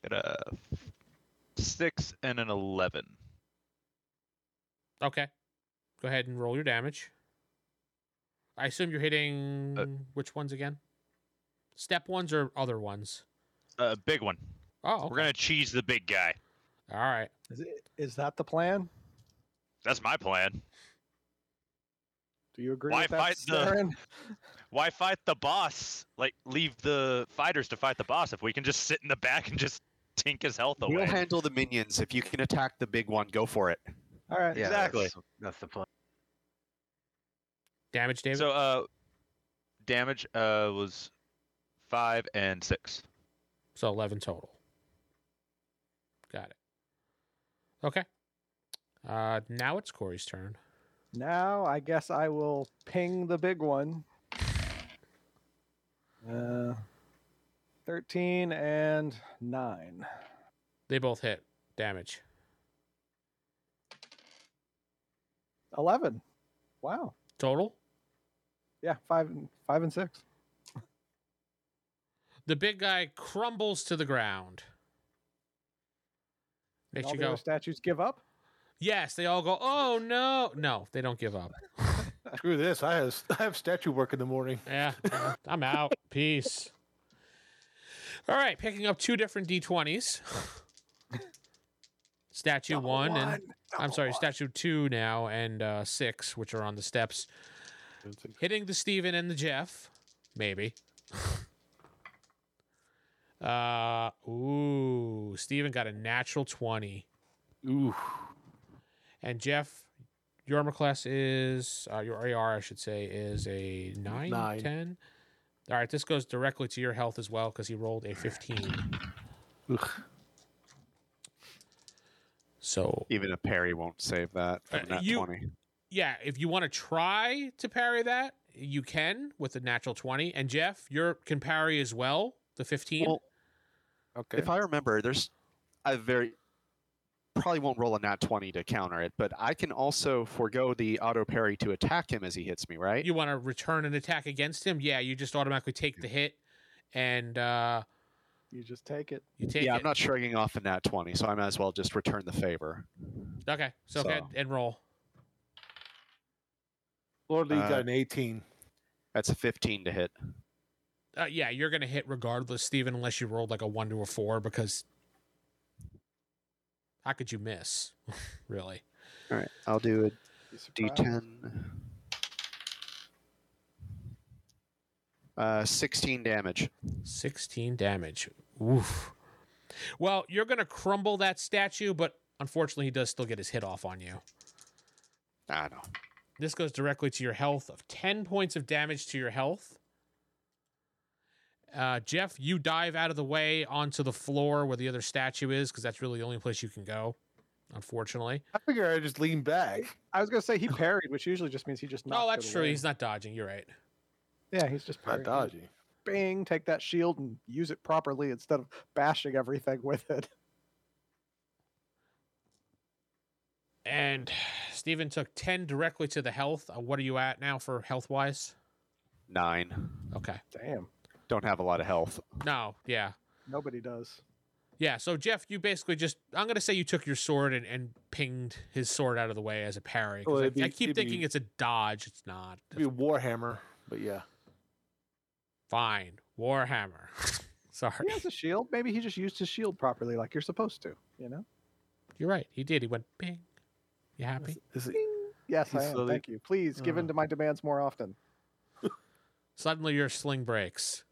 [SPEAKER 7] Got a six and an eleven.
[SPEAKER 2] Okay. Go ahead and roll your damage. I assume you're hitting which ones again? Step ones or other ones?
[SPEAKER 7] A Uh, big one.
[SPEAKER 2] Oh,
[SPEAKER 7] We're
[SPEAKER 2] okay.
[SPEAKER 7] gonna cheese the big guy.
[SPEAKER 2] all right.
[SPEAKER 6] Is it, is that the plan?
[SPEAKER 7] That's my plan.
[SPEAKER 6] Do you agree
[SPEAKER 7] Why
[SPEAKER 6] with that,
[SPEAKER 7] fight the-
[SPEAKER 6] Saren?
[SPEAKER 7] Why fight the boss? Like, leave the fighters to fight the boss if we can just sit in the back and just [laughs] tink his health away.
[SPEAKER 3] We'll handle the minions. If you can attack the big one, go for it.
[SPEAKER 6] All right.
[SPEAKER 4] Yeah,
[SPEAKER 7] Exactly.
[SPEAKER 4] That's, that's the plan.
[SPEAKER 2] Damage, David.
[SPEAKER 7] So, uh, damage uh was five and six.
[SPEAKER 2] So 11 total. Got it. Okay. Uh, now it's Corey's turn.
[SPEAKER 6] Now I guess I will ping the big one. Uh, thirteen and nine.
[SPEAKER 2] They both hit damage.
[SPEAKER 6] Eleven. Wow.
[SPEAKER 2] Total?
[SPEAKER 6] Yeah, five and five and six.
[SPEAKER 2] The big guy crumbles to the ground.
[SPEAKER 6] And
[SPEAKER 2] Makes
[SPEAKER 6] all
[SPEAKER 2] you
[SPEAKER 6] the
[SPEAKER 2] go,
[SPEAKER 6] other statues give up.
[SPEAKER 2] yes, they all go, oh no. No, they don't give up.
[SPEAKER 5] [laughs] Screw this! I have [laughs] I have statue work in the morning.
[SPEAKER 2] Yeah, I'm
[SPEAKER 6] [laughs]
[SPEAKER 2] out. Peace. All right, picking up two different d20s. Statue
[SPEAKER 6] Double
[SPEAKER 2] one, and I'm
[SPEAKER 6] double
[SPEAKER 2] sorry,
[SPEAKER 6] one.
[SPEAKER 2] statue two now, and uh, six, which are on the steps. Hitting the Steven and the Jeff, maybe. [laughs] uh, ooh, Steven got a natural 20.
[SPEAKER 5] Ooh,
[SPEAKER 2] And Jeff, your armor class is, uh, your AR, I should say, is a 9,
[SPEAKER 5] Nine.
[SPEAKER 2] 10. All right, this goes directly to your health as well because he rolled a 15.
[SPEAKER 5] Ugh.
[SPEAKER 2] So,
[SPEAKER 3] Even a parry won't save that.
[SPEAKER 2] Uh,
[SPEAKER 3] From that
[SPEAKER 2] you-
[SPEAKER 3] 20.
[SPEAKER 2] yeah, if you want to try to parry that, you can with a natural 20. And Jeff, your can parry as well, the 15.
[SPEAKER 3] Well,
[SPEAKER 5] okay.
[SPEAKER 3] If I remember, there's I very probably won't roll a nat 20 to counter it, but I can also forego the auto parry to attack him as he hits me, right?
[SPEAKER 2] you want to return an attack against him, yeah, you just automatically take the hit and uh,
[SPEAKER 6] You just take it.
[SPEAKER 2] you take
[SPEAKER 3] yeah,
[SPEAKER 2] it.
[SPEAKER 3] I'm not shrugging off a nat 20, so I might as well just return the favor.
[SPEAKER 2] okay, so, go ahead
[SPEAKER 3] So-
[SPEAKER 2] and roll.
[SPEAKER 5] Lord Lee
[SPEAKER 3] uh,
[SPEAKER 5] got an eighteen.
[SPEAKER 3] That's a 15 to hit.
[SPEAKER 2] Uh, yeah, you're going to hit regardless, Steven, unless you rolled like a 1 to a 4 because how could you miss, [laughs] really?
[SPEAKER 3] All right, I'll do a
[SPEAKER 6] You surprise.
[SPEAKER 3] d10. Uh, 16 damage.
[SPEAKER 2] 16 damage. Oof. Well, you're going to crumble that statue, but unfortunately, he does still get his hit off on you.
[SPEAKER 3] I know.
[SPEAKER 2] This goes directly to your health of 10 points of damage to your health. Uh, Jeff, you dive out of the way onto the floor where the other statue is because that's really the only place you can go, unfortunately.
[SPEAKER 5] I figure I just lean [laughs] back.
[SPEAKER 6] I was gonna say he parried, which usually just means he just. knocked
[SPEAKER 2] oh, that's
[SPEAKER 6] it
[SPEAKER 2] true.
[SPEAKER 6] away.
[SPEAKER 2] He's not dodging. You're right.
[SPEAKER 6] yeah, he's just
[SPEAKER 5] Not
[SPEAKER 6] parried.
[SPEAKER 5] dodgy.
[SPEAKER 6] Bing! Take that shield and use it properly instead of bashing everything with it.
[SPEAKER 2] And Steven took 10 directly to the health. Uh, what are you at now for health wise?
[SPEAKER 3] Nine.
[SPEAKER 2] Okay.
[SPEAKER 6] Damn.
[SPEAKER 3] don't have a lot of health.
[SPEAKER 2] No, yeah.
[SPEAKER 6] Nobody does.
[SPEAKER 2] Yeah, so Jeff, you basically just I'm gonna say you took your sword and, and pinged his sword out of the way as a parry. 'cause
[SPEAKER 5] Well,
[SPEAKER 2] I,
[SPEAKER 5] it'd be-
[SPEAKER 2] I keep
[SPEAKER 5] it'd be-
[SPEAKER 2] thinking it's a dodge. It's not.
[SPEAKER 5] It'd be Warhammer, but yeah.
[SPEAKER 2] Fine. Warhammer. [laughs] Sorry.
[SPEAKER 6] He has a shield. Maybe he just used his shield properly, like you're supposed to. You know.
[SPEAKER 2] You're right. He did. He went ping. You happy?
[SPEAKER 5] Is it,
[SPEAKER 6] Ding. Yes,
[SPEAKER 5] He's
[SPEAKER 6] I am.
[SPEAKER 5] slowly-
[SPEAKER 6] Thank you. Please give
[SPEAKER 5] Uh.
[SPEAKER 6] in to my demands more often.
[SPEAKER 2] Suddenly your sling breaks.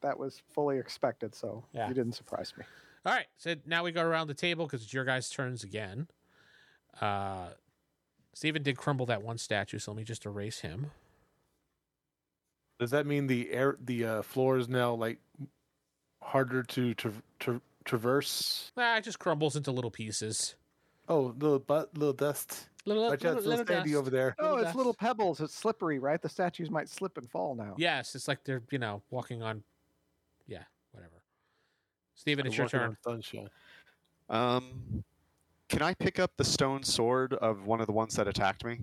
[SPEAKER 6] That was fully expected, so
[SPEAKER 2] Yeah.
[SPEAKER 6] you didn't surprise me.
[SPEAKER 2] All right. So now we go around the table because it's your guys' turns again. Uh Steven did crumble that one statue, so let me just erase him.
[SPEAKER 5] does that mean the air the uh, floor is now like harder to tra- tra- traverse?
[SPEAKER 2] Ah, it just crumbles into little pieces.
[SPEAKER 5] Oh, little but little dust.
[SPEAKER 2] Little,
[SPEAKER 5] Watch out,
[SPEAKER 2] little,
[SPEAKER 5] it's little
[SPEAKER 2] little
[SPEAKER 5] sandy
[SPEAKER 2] dust.
[SPEAKER 5] over there.
[SPEAKER 2] Little
[SPEAKER 6] Oh, it's
[SPEAKER 2] dust.
[SPEAKER 6] little pebbles. It's slippery, right? The statues might slip and fall now.
[SPEAKER 2] Yes, it's like they're you know walking on, yeah, whatever. Steven, it's
[SPEAKER 5] I'm
[SPEAKER 2] your
[SPEAKER 5] walking
[SPEAKER 2] turn.
[SPEAKER 5] on sunshine.
[SPEAKER 3] Um, can I pick up the stone sword of one of the ones that attacked me?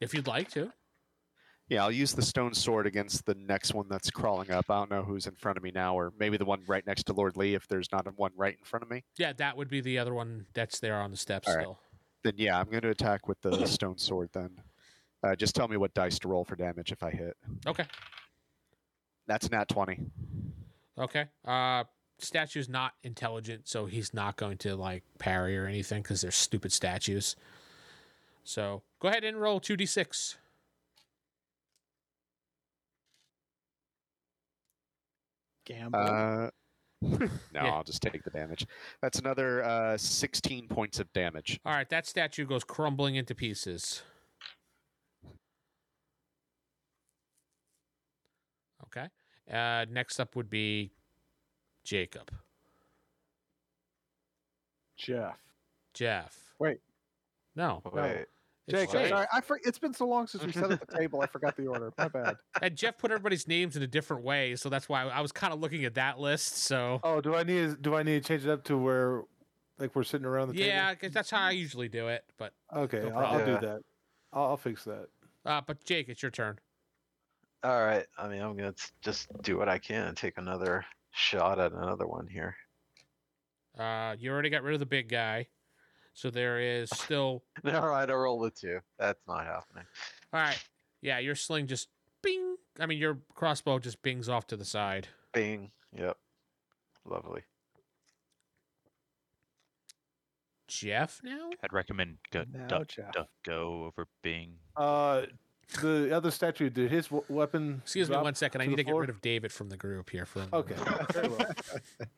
[SPEAKER 2] If you'd like to,
[SPEAKER 3] Yeah, I'll use the stone sword against the next one that's crawling up. I don't know who's in front of me now, or maybe the one right next to Lord Lee if there's not one right in front of me.
[SPEAKER 2] yeah, that would be the other one that's there on the steps
[SPEAKER 3] All right.
[SPEAKER 2] still.
[SPEAKER 3] Then yeah, I'm going to attack
[SPEAKER 2] [coughs]
[SPEAKER 3] with the stone sword then. Uh, just tell me what dice to roll for damage if I hit.
[SPEAKER 2] Okay.
[SPEAKER 3] That's nat 20.
[SPEAKER 2] Okay. Uh, statue's not intelligent, so he's not going to like parry or anything because they're stupid statues. So go ahead and roll two d six.
[SPEAKER 6] Gamble.
[SPEAKER 3] Uh, [laughs] no,
[SPEAKER 2] Yeah.
[SPEAKER 3] I'll just take the damage. That's another uh, 16 points of damage.
[SPEAKER 2] All right, that statue goes crumbling into pieces. Okay. Uh, next up would be Jacob.
[SPEAKER 6] Jeff.
[SPEAKER 2] Jeff.
[SPEAKER 6] Wait.
[SPEAKER 2] No.
[SPEAKER 4] Wait.
[SPEAKER 2] it's
[SPEAKER 6] Jake,
[SPEAKER 2] Jake.
[SPEAKER 6] I'm sorry. I for, it's been so long since we sat
[SPEAKER 5] [laughs]
[SPEAKER 6] at the table. I forgot the order. My bad.
[SPEAKER 2] And Jeff put everybody's names in a different way, so that's why I was kind of looking at that list. So
[SPEAKER 5] Oh, do I need to- do I need to change it up to where like we're sitting around the
[SPEAKER 2] yeah,
[SPEAKER 5] table?
[SPEAKER 2] 'cause that's how I usually do it. But
[SPEAKER 5] Okay,
[SPEAKER 2] no
[SPEAKER 5] I'll, I'll do
[SPEAKER 4] problem.
[SPEAKER 5] that. I'll, I'll fix that.
[SPEAKER 2] uh, but Jake, it's your turn.
[SPEAKER 4] All right. I mean, I'm gonna s- just do what I can and take another shot at another one here. [laughs]
[SPEAKER 2] Uh, you already got rid of the big guy, so there is still
[SPEAKER 4] All right, I roll a two. That's not happening.
[SPEAKER 2] All right. Yeah, your sling just bing. I mean, your crossbow just bings off to the side.
[SPEAKER 4] Bing. Yep. Lovely.
[SPEAKER 2] Jeff now?
[SPEAKER 7] I'd recommend go,
[SPEAKER 6] Now,
[SPEAKER 7] duck,
[SPEAKER 6] Jeff.
[SPEAKER 7] duck, go over Bing.
[SPEAKER 5] Uh, the other statue did his w- weapon.
[SPEAKER 2] Excuse me
[SPEAKER 5] drop?
[SPEAKER 2] one second. I
[SPEAKER 5] to
[SPEAKER 2] need
[SPEAKER 5] the
[SPEAKER 2] to get
[SPEAKER 5] floor?
[SPEAKER 2] rid of David from the group here for a
[SPEAKER 5] [laughs] Okay,
[SPEAKER 2] moment.
[SPEAKER 5] very well.
[SPEAKER 2] [laughs]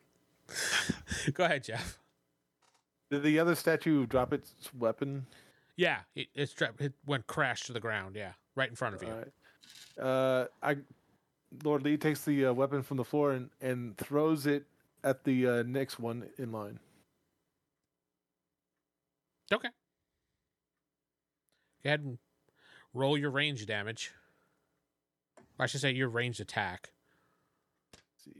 [SPEAKER 2] Go ahead, Jeff.
[SPEAKER 5] Did the other statue drop its weapon?
[SPEAKER 2] Yeah, it, it's dra- it went crash to the ground. Yeah, right in front of you.
[SPEAKER 5] All right. Uh, I, Lord Lee takes the uh, weapon from the floor and, and throws it at the uh, next one in line.
[SPEAKER 2] Okay. Go ahead and roll your range damage. I should say your ranged attack.
[SPEAKER 5] Let's see.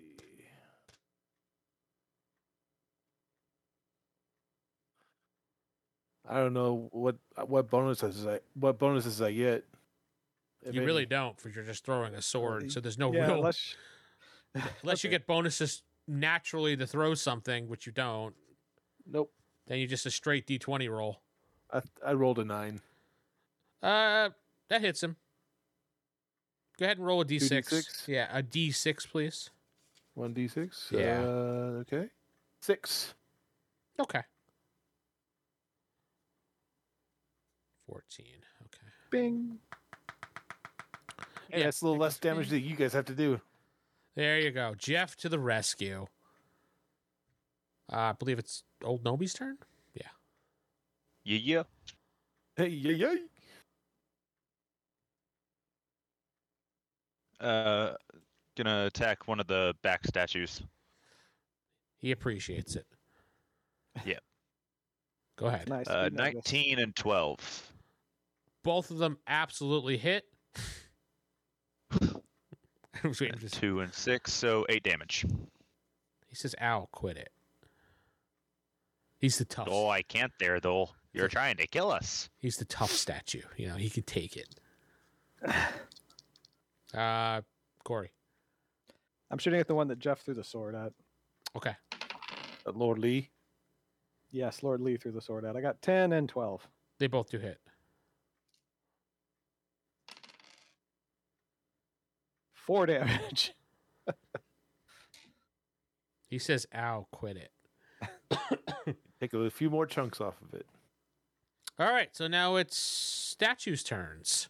[SPEAKER 5] I don't know what what bonuses I what bonuses I get. if
[SPEAKER 2] You really
[SPEAKER 5] any.
[SPEAKER 2] don't, for you're just throwing a sword, so there's no
[SPEAKER 6] yeah,
[SPEAKER 2] real
[SPEAKER 6] unless,
[SPEAKER 2] [laughs] unless you
[SPEAKER 6] okay.
[SPEAKER 2] get bonuses naturally to throw something, which you don't.
[SPEAKER 5] Nope.
[SPEAKER 2] Then you just a straight d20 roll.
[SPEAKER 5] I I rolled a nine.
[SPEAKER 2] Uh, that hits him. Go ahead and roll a d6.
[SPEAKER 5] 2d6?
[SPEAKER 2] Yeah, a d6, please.
[SPEAKER 5] One d six.
[SPEAKER 2] Yeah.
[SPEAKER 5] Uh, okay. Six.
[SPEAKER 2] Okay. 14. Okay.
[SPEAKER 6] Bing.
[SPEAKER 5] Hey,
[SPEAKER 2] Yeah.
[SPEAKER 5] that's a little less damage that you guys have to do.
[SPEAKER 2] There you go. Jeff to the rescue. Uh, I believe it's old Nobi's turn.
[SPEAKER 7] Yeah, yeah.
[SPEAKER 5] Hey, yay, yay.
[SPEAKER 7] Uh, gonna attack one of the back statues.
[SPEAKER 2] He appreciates it.
[SPEAKER 7] [laughs] Yeah.
[SPEAKER 2] Go ahead.
[SPEAKER 6] Nice.
[SPEAKER 7] Uh,
[SPEAKER 6] We noticed.
[SPEAKER 7] 19 and 12.
[SPEAKER 2] Both of them absolutely hit. [laughs] I was waiting for
[SPEAKER 7] And
[SPEAKER 2] this-
[SPEAKER 7] two and six, so eight damage.
[SPEAKER 2] He says, "Ow, quit it." He's the tough.
[SPEAKER 7] Oh, I can't there though. You're trying to kill us.
[SPEAKER 2] He's the tough statue. You know, he can take it. Uh, Corey.
[SPEAKER 6] I'm shooting at the one that Jeff threw the sword at.
[SPEAKER 5] Uh, Lord Lee.
[SPEAKER 6] Yes, Lord Lee threw the sword at. I got 10 and 12.
[SPEAKER 2] They both do hit.
[SPEAKER 6] 4
[SPEAKER 5] [laughs]
[SPEAKER 6] damage.
[SPEAKER 2] He says, "Ow, quit it."
[SPEAKER 5] Take a few more chunks off of it.
[SPEAKER 2] All right, so now it's statues' turns.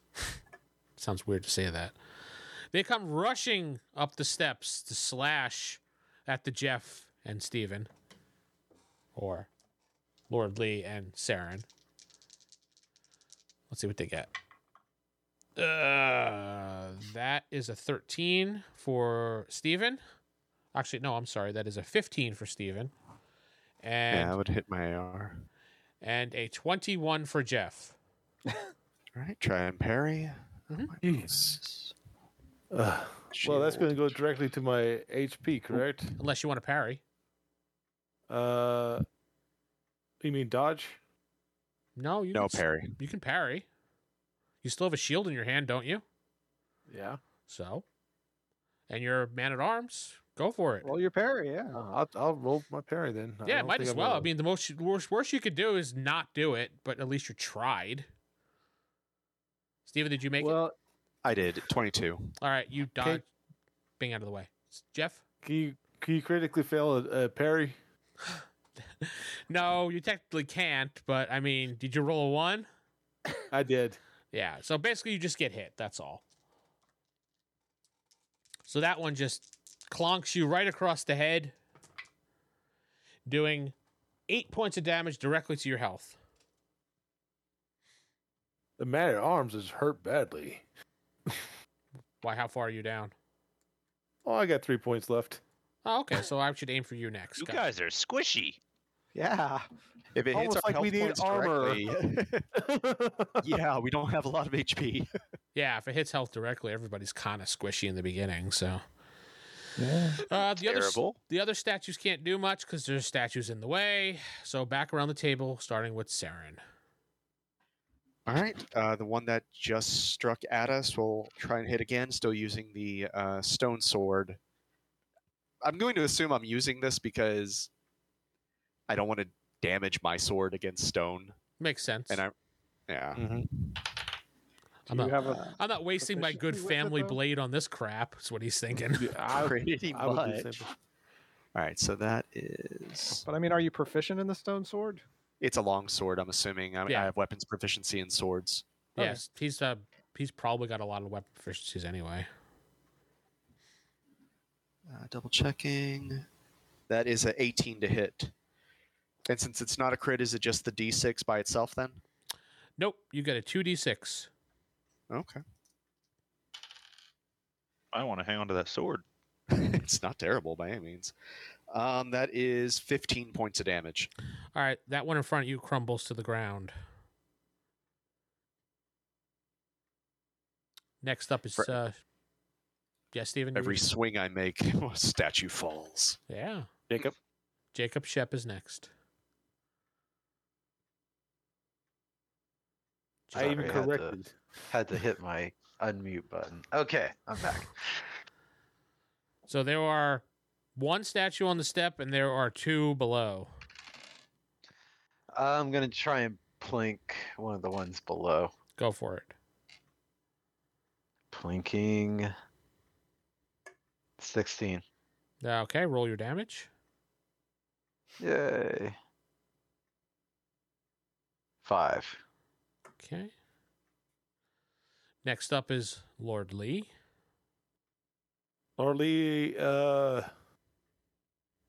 [SPEAKER 2] [laughs] Sounds weird to say that. They come rushing up the steps to slash at the Jeff and Steven. Or Lord Lee and Saren. Let's see what they get. Uh, that is a 13 for Steven. Actually, no, I'm sorry. That is a 15 for Steven. And
[SPEAKER 3] yeah, I would hit my AR.
[SPEAKER 2] and a 21 for Jeff.
[SPEAKER 3] All right, try and parry. Oh my goodness.
[SPEAKER 5] Ugh. well, that's going to go
[SPEAKER 3] Shield.
[SPEAKER 5] directly to my HP, correct?
[SPEAKER 2] Unless you want to parry.
[SPEAKER 5] Uh, you mean dodge?
[SPEAKER 2] No, you
[SPEAKER 3] No
[SPEAKER 2] can, s-
[SPEAKER 3] parry.
[SPEAKER 2] You can parry. You still have a shield in your hand, don't you?
[SPEAKER 5] Yeah.
[SPEAKER 2] So, and you're man at arms. Go for it.
[SPEAKER 6] Roll your parry, yeah.
[SPEAKER 5] Uh, I'll, I'll roll my parry then. I
[SPEAKER 2] yeah,
[SPEAKER 5] don't
[SPEAKER 2] might
[SPEAKER 5] think
[SPEAKER 2] as
[SPEAKER 5] I'm
[SPEAKER 2] well. I
[SPEAKER 5] gonna-
[SPEAKER 2] mean, the most worst, worst you could do is not do it, but at least you tried. Steven, did you make
[SPEAKER 6] well,
[SPEAKER 3] I did 22.
[SPEAKER 2] it? All right, you dodged. Being out of the way, S- Jeff.
[SPEAKER 5] can you can you critically fail a, a parry?
[SPEAKER 2] No, you technically can't, but I mean, did you roll a one?
[SPEAKER 5] I did.
[SPEAKER 2] Yeah. So basically, you just get hit. That's all. So that one just clonks you right across the head, doing eight points of damage directly to your health.
[SPEAKER 5] The man at arms is hurt badly.
[SPEAKER 2] Why? How far are you down?
[SPEAKER 5] Oh, I got three points left. [laughs]
[SPEAKER 2] Oh, okay. So I should aim for you next.
[SPEAKER 7] You
[SPEAKER 2] Got it.
[SPEAKER 7] guys are squishy.
[SPEAKER 6] yeah.
[SPEAKER 3] If it
[SPEAKER 6] Almost
[SPEAKER 3] hits our
[SPEAKER 6] like
[SPEAKER 3] health
[SPEAKER 6] we need
[SPEAKER 3] points
[SPEAKER 6] armor.
[SPEAKER 5] [laughs]
[SPEAKER 3] directly- yeah, we don't have a lot of HP.
[SPEAKER 2] Yeah, if it hits health directly, everybody's kind of squishy in the beginning. So
[SPEAKER 6] yeah.
[SPEAKER 2] uh, the other
[SPEAKER 3] Terrible.
[SPEAKER 2] the other statues can't do much because there's statues in the way. So back around the table, starting with Saren.
[SPEAKER 3] All right. Uh, the one that just struck at us will try and hit again, still using the uh, stone sword. I'm going to assume I'm using this because I don't want to damage my sword against stone.
[SPEAKER 2] Makes sense.
[SPEAKER 3] And I, yeah.
[SPEAKER 5] Mm-hmm.
[SPEAKER 2] I'm
[SPEAKER 6] Do
[SPEAKER 2] not-
[SPEAKER 6] you have a,
[SPEAKER 2] I'm not wasting my good
[SPEAKER 6] proficiency with it,
[SPEAKER 2] family
[SPEAKER 6] though?
[SPEAKER 2] blade on this crap. Is what he's thinking. [laughs]
[SPEAKER 5] Yeah, I,
[SPEAKER 3] Pretty
[SPEAKER 5] I would do the
[SPEAKER 3] much.
[SPEAKER 5] same.
[SPEAKER 3] All right. So that is.
[SPEAKER 6] but I mean, are you proficient in the stone sword?
[SPEAKER 3] It's a long sword. I'm assuming. I,
[SPEAKER 2] Yeah.
[SPEAKER 3] I have weapons proficiency in swords.
[SPEAKER 6] Okay.
[SPEAKER 2] Yes, he's uh, he's probably got a lot of weapon proficiencies anyway.
[SPEAKER 3] Uh, double checking. That is a 18 to hit. And since it's not a crit, is it just the d6 by itself then?
[SPEAKER 2] Nope, you get a two d six.
[SPEAKER 3] Okay. [laughs]
[SPEAKER 7] I want to hang on to that sword.
[SPEAKER 3] it's not terrible by any means. Um, that is 15 points of damage.
[SPEAKER 2] All right, that one in front of you crumbles to the ground. Next up is
[SPEAKER 3] For-
[SPEAKER 2] uh, yeah, Steven. you-
[SPEAKER 3] Every swing I make, [laughs] a statue falls.
[SPEAKER 2] yeah,
[SPEAKER 5] Jacob.
[SPEAKER 2] Jacob Shep is next.
[SPEAKER 5] I even
[SPEAKER 4] Sorry, I had to-
[SPEAKER 5] corrected.
[SPEAKER 4] Had to hit my unmute button. Okay, I'm back.
[SPEAKER 2] So there are one statue on the step, and there are two below.
[SPEAKER 4] I'm gonna try and plink one of the ones below.
[SPEAKER 2] Go for it.
[SPEAKER 4] Plinking. Sixteen.
[SPEAKER 2] Uh, Okay, roll your damage.
[SPEAKER 4] Yay. Five.
[SPEAKER 2] Okay. Next up is Lord Lee.
[SPEAKER 5] Lord Lee, uh,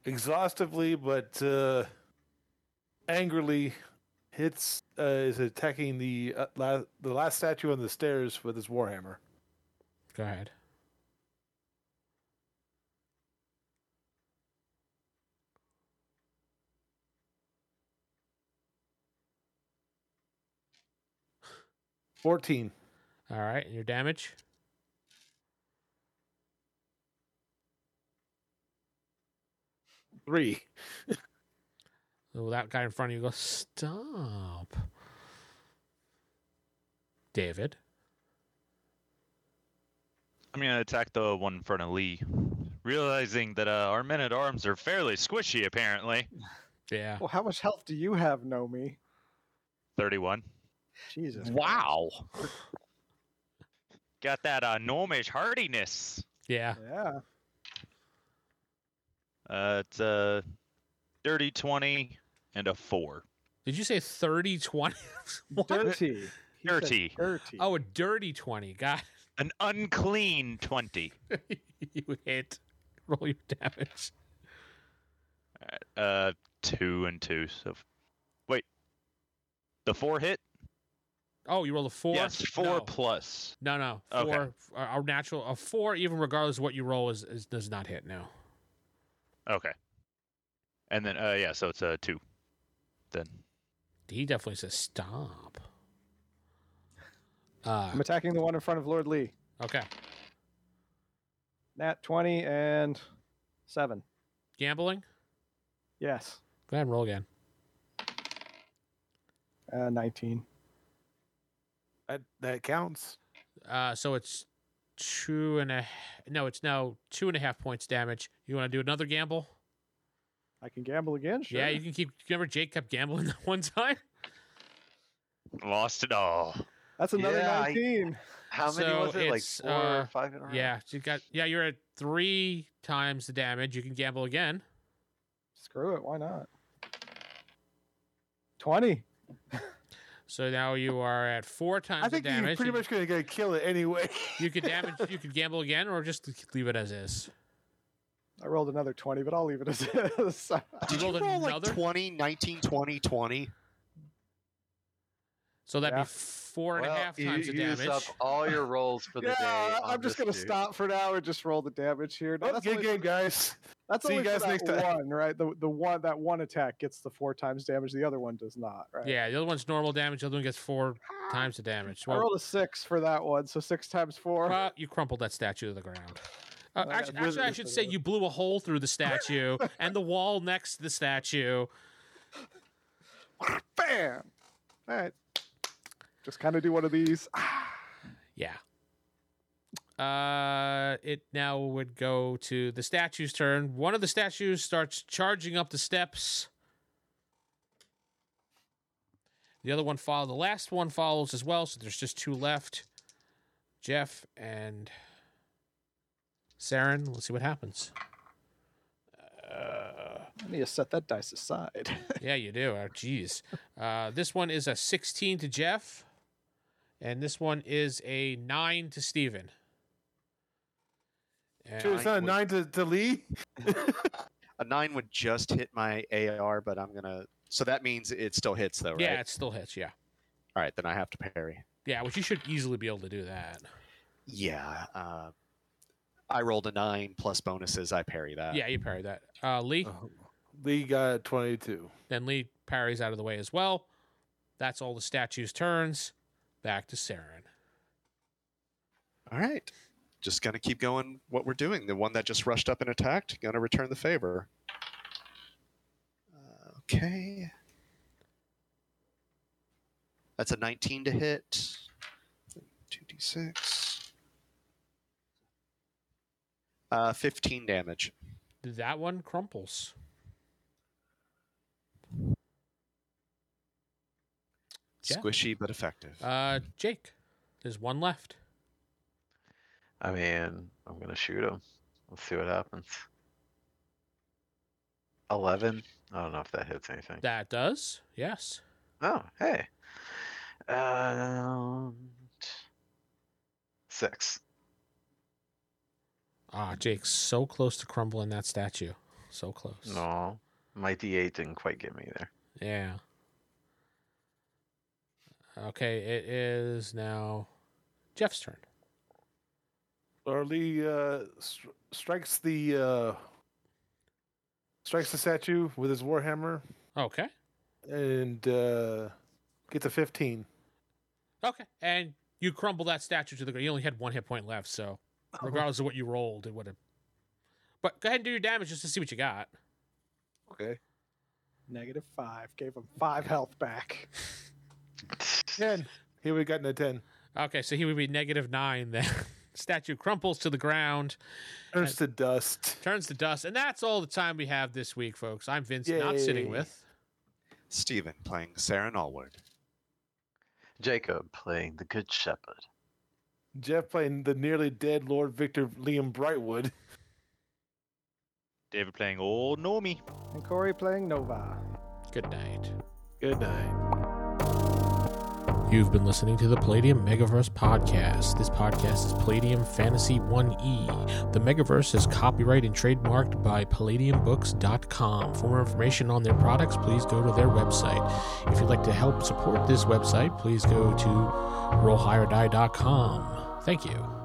[SPEAKER 5] exhaustively but uh, angrily hits uh, is attacking the uh, la- the last statue on the stairs with his warhammer.
[SPEAKER 2] Go ahead.
[SPEAKER 5] Fourteen.
[SPEAKER 2] All right, and your damage.
[SPEAKER 5] Three.
[SPEAKER 2] Oh, that guy in front of you goes, Stop. David.
[SPEAKER 7] I'm gonna attack the one in front of Lee. realizing that uh, our men at arms are fairly squishy, apparently.
[SPEAKER 2] Yeah.
[SPEAKER 6] Well, how much health do you have, Nomi?
[SPEAKER 7] 31.
[SPEAKER 6] Jesus.
[SPEAKER 3] Wow.
[SPEAKER 7] Got that uh, gnomish hardiness.
[SPEAKER 2] Yeah.
[SPEAKER 6] Christ. Yeah.
[SPEAKER 7] Uh, it's a dirty 20 and a 4.
[SPEAKER 2] Did you say 30 20? [laughs] [laughs] What?
[SPEAKER 6] Dirty. He said
[SPEAKER 7] Dirty.
[SPEAKER 6] Dirty.
[SPEAKER 2] Oh, a dirty 20. God,
[SPEAKER 7] An unclean 20.
[SPEAKER 2] [laughs] you hit. Roll your damage.
[SPEAKER 7] Uh, 2 and 2. So, f- Wait. The 4 hit?
[SPEAKER 2] Oh, you rolled a four?
[SPEAKER 7] Yes, 4
[SPEAKER 2] No.
[SPEAKER 7] plus.
[SPEAKER 2] No, no.
[SPEAKER 7] Okay.
[SPEAKER 2] Four. uh, Our natural. A four, even regardless of what you roll, is, is does not hit. No.
[SPEAKER 7] Okay. And then, uh, yeah, so it's a 2. Then.
[SPEAKER 2] He definitely says stop. Uh,
[SPEAKER 6] I'm attacking the one in front of Lord Lee.
[SPEAKER 2] okay.
[SPEAKER 6] Nat 20 and 7.
[SPEAKER 2] Gambling?
[SPEAKER 6] Yes.
[SPEAKER 2] Go ahead and roll again.
[SPEAKER 6] Uh, 19.
[SPEAKER 5] That that counts.
[SPEAKER 2] Uh, so it's two and a. h- No, it's now two and a half points damage. You want to do another gamble?
[SPEAKER 6] I can gamble again? Sure.
[SPEAKER 2] Yeah, you can keep. Remember, Jake kept gambling [laughs] that one time.
[SPEAKER 7] Lost it all.
[SPEAKER 6] That's another
[SPEAKER 4] Yeah, I-
[SPEAKER 6] 19.
[SPEAKER 4] How many
[SPEAKER 2] So
[SPEAKER 4] was it? Like
[SPEAKER 2] it's,
[SPEAKER 4] four
[SPEAKER 2] uh,
[SPEAKER 4] or five in a row?
[SPEAKER 2] Yeah, so you got. Yeah, you're at three times the damage. You can gamble again.
[SPEAKER 6] Screw it. Why not? 20.
[SPEAKER 2] So now you are at four times
[SPEAKER 5] I think
[SPEAKER 2] the damage.
[SPEAKER 5] he's pretty
[SPEAKER 2] You-
[SPEAKER 5] much gonna, gonna kill it
[SPEAKER 6] [laughs]
[SPEAKER 5] anyway.
[SPEAKER 2] you could damage. you could gamble again, or just leave it as is.
[SPEAKER 6] I rolled another 20, but I'll leave it as is. [laughs]
[SPEAKER 2] You
[SPEAKER 3] Did you
[SPEAKER 2] rolled
[SPEAKER 3] roll like
[SPEAKER 2] another?
[SPEAKER 3] 20, 19, 20, 20?
[SPEAKER 2] So that'd
[SPEAKER 6] Yeah.
[SPEAKER 2] be four and a
[SPEAKER 4] Well,
[SPEAKER 2] half
[SPEAKER 4] you
[SPEAKER 2] times the
[SPEAKER 4] use
[SPEAKER 2] damage.
[SPEAKER 4] up all your rolls for the
[SPEAKER 6] [laughs] yeah,
[SPEAKER 4] day. on
[SPEAKER 6] I'm just
[SPEAKER 4] this
[SPEAKER 6] going to
[SPEAKER 4] dude.
[SPEAKER 6] stop for now and just roll the damage here. No,
[SPEAKER 5] Oh,
[SPEAKER 6] that's
[SPEAKER 5] good
[SPEAKER 6] only-
[SPEAKER 5] game, guys.
[SPEAKER 6] That's
[SPEAKER 5] See you
[SPEAKER 6] only
[SPEAKER 5] guys
[SPEAKER 6] for
[SPEAKER 5] next
[SPEAKER 6] that
[SPEAKER 5] time.
[SPEAKER 6] one, right? The the one that one attack gets the four times damage, the other one does not, right?
[SPEAKER 2] Yeah, the other one's normal damage. The other one gets four times the damage.
[SPEAKER 6] I
[SPEAKER 2] Well,
[SPEAKER 6] rolled a six for that one, so six times four.
[SPEAKER 2] well, you crumpled that statue to the ground. Uh,
[SPEAKER 6] I got
[SPEAKER 2] actually,
[SPEAKER 6] rid of
[SPEAKER 2] actually, I
[SPEAKER 6] it
[SPEAKER 2] should
[SPEAKER 6] for
[SPEAKER 2] say
[SPEAKER 6] the-
[SPEAKER 2] you blew a hole through the statue and the wall next to the statue.
[SPEAKER 6] Bam! All right. Just kind of do one of these. Ah,
[SPEAKER 2] Yeah. Uh, it now would go to the statue's turn. One of the statues starts charging up the steps. The other one follows. The last one follows as well. So there's just two left. Jeff and Saren. Let's see what happens. Uh,
[SPEAKER 6] I need to set that dice aside. [laughs]
[SPEAKER 2] yeah, you do. Oh, jeez. Uh, this one is a 16 to Jeff, and this one is a 9 to Steven. And
[SPEAKER 5] Sure, it's not a
[SPEAKER 3] would-
[SPEAKER 5] nine to, to Lee.
[SPEAKER 3] A 9 would just hit my AR, but I'm going to. So that means it still hits, though, right?
[SPEAKER 2] Yeah, it still hits. Yeah.
[SPEAKER 3] All right, then I have to parry.
[SPEAKER 2] Yeah, which you should easily be able to do that.
[SPEAKER 3] Yeah. Uh, I rolled a 9 plus bonuses. I parry that.
[SPEAKER 2] yeah, you parry that. Uh, Lee,
[SPEAKER 5] Lee got twenty two.
[SPEAKER 2] then Lee parries out of the way as well. That's all the statues' turns. Back to Saren.
[SPEAKER 3] All right. Just going to keep going what we're doing. The one that just rushed up and attacked, going to return the favor. Uh, okay. That's a 19 to hit. 2d6. Uh, 15 damage.
[SPEAKER 2] That one crumples. Yeah.
[SPEAKER 3] Squishy but effective.
[SPEAKER 2] Uh, Jake, there's one left.
[SPEAKER 4] I mean, I'm gonna shoot him. Let's see what happens. Eleven. I don't know if that hits anything.
[SPEAKER 2] That does. Yes.
[SPEAKER 4] Oh, hey. Um, six.
[SPEAKER 2] Ah, Jake's so close to crumbling that statue. So close.
[SPEAKER 4] No, my D8 didn't quite get me there.
[SPEAKER 2] Yeah. Okay, it is now Jeff's turn.
[SPEAKER 5] Or Lee uh, str- strikes the uh, strikes the statue with his warhammer
[SPEAKER 2] Okay.
[SPEAKER 5] and uh, gets a fifteen.
[SPEAKER 2] Okay. And you crumble that statue to the ground. You only had one hit point left, so regardless of what you rolled, it would have. But go ahead and do your damage just to see what you got.
[SPEAKER 5] Okay.
[SPEAKER 6] Negative five. Gave him five health back.
[SPEAKER 5] Ten. He would have gotten a ten.
[SPEAKER 2] Okay, so he would be negative nine then. [laughs] Statue crumples to the ground,
[SPEAKER 5] Turns to dust.
[SPEAKER 2] turns to dust, and that's all the time we have this week, folks. I'm Vince, not
[SPEAKER 5] Yay.
[SPEAKER 2] sitting with.
[SPEAKER 3] Steven playing Sarah Allward.
[SPEAKER 4] Jacob playing the Good Shepherd.
[SPEAKER 5] Jeff playing the nearly dead Lord Victor Liam Brightwood.
[SPEAKER 7] David playing old Normie.
[SPEAKER 6] And Corey playing Nova.
[SPEAKER 2] Good night.
[SPEAKER 5] Good night.
[SPEAKER 2] You've been listening to the Palladium Megaverse podcast. This podcast is Palladium Fantasy 1E. The Megaverse is copyright and trademarked by PalladiumBooks.com. For more information on their products, please go to their website. If you'd like to help support this website, please go to RollHigherDie.com. Thank you.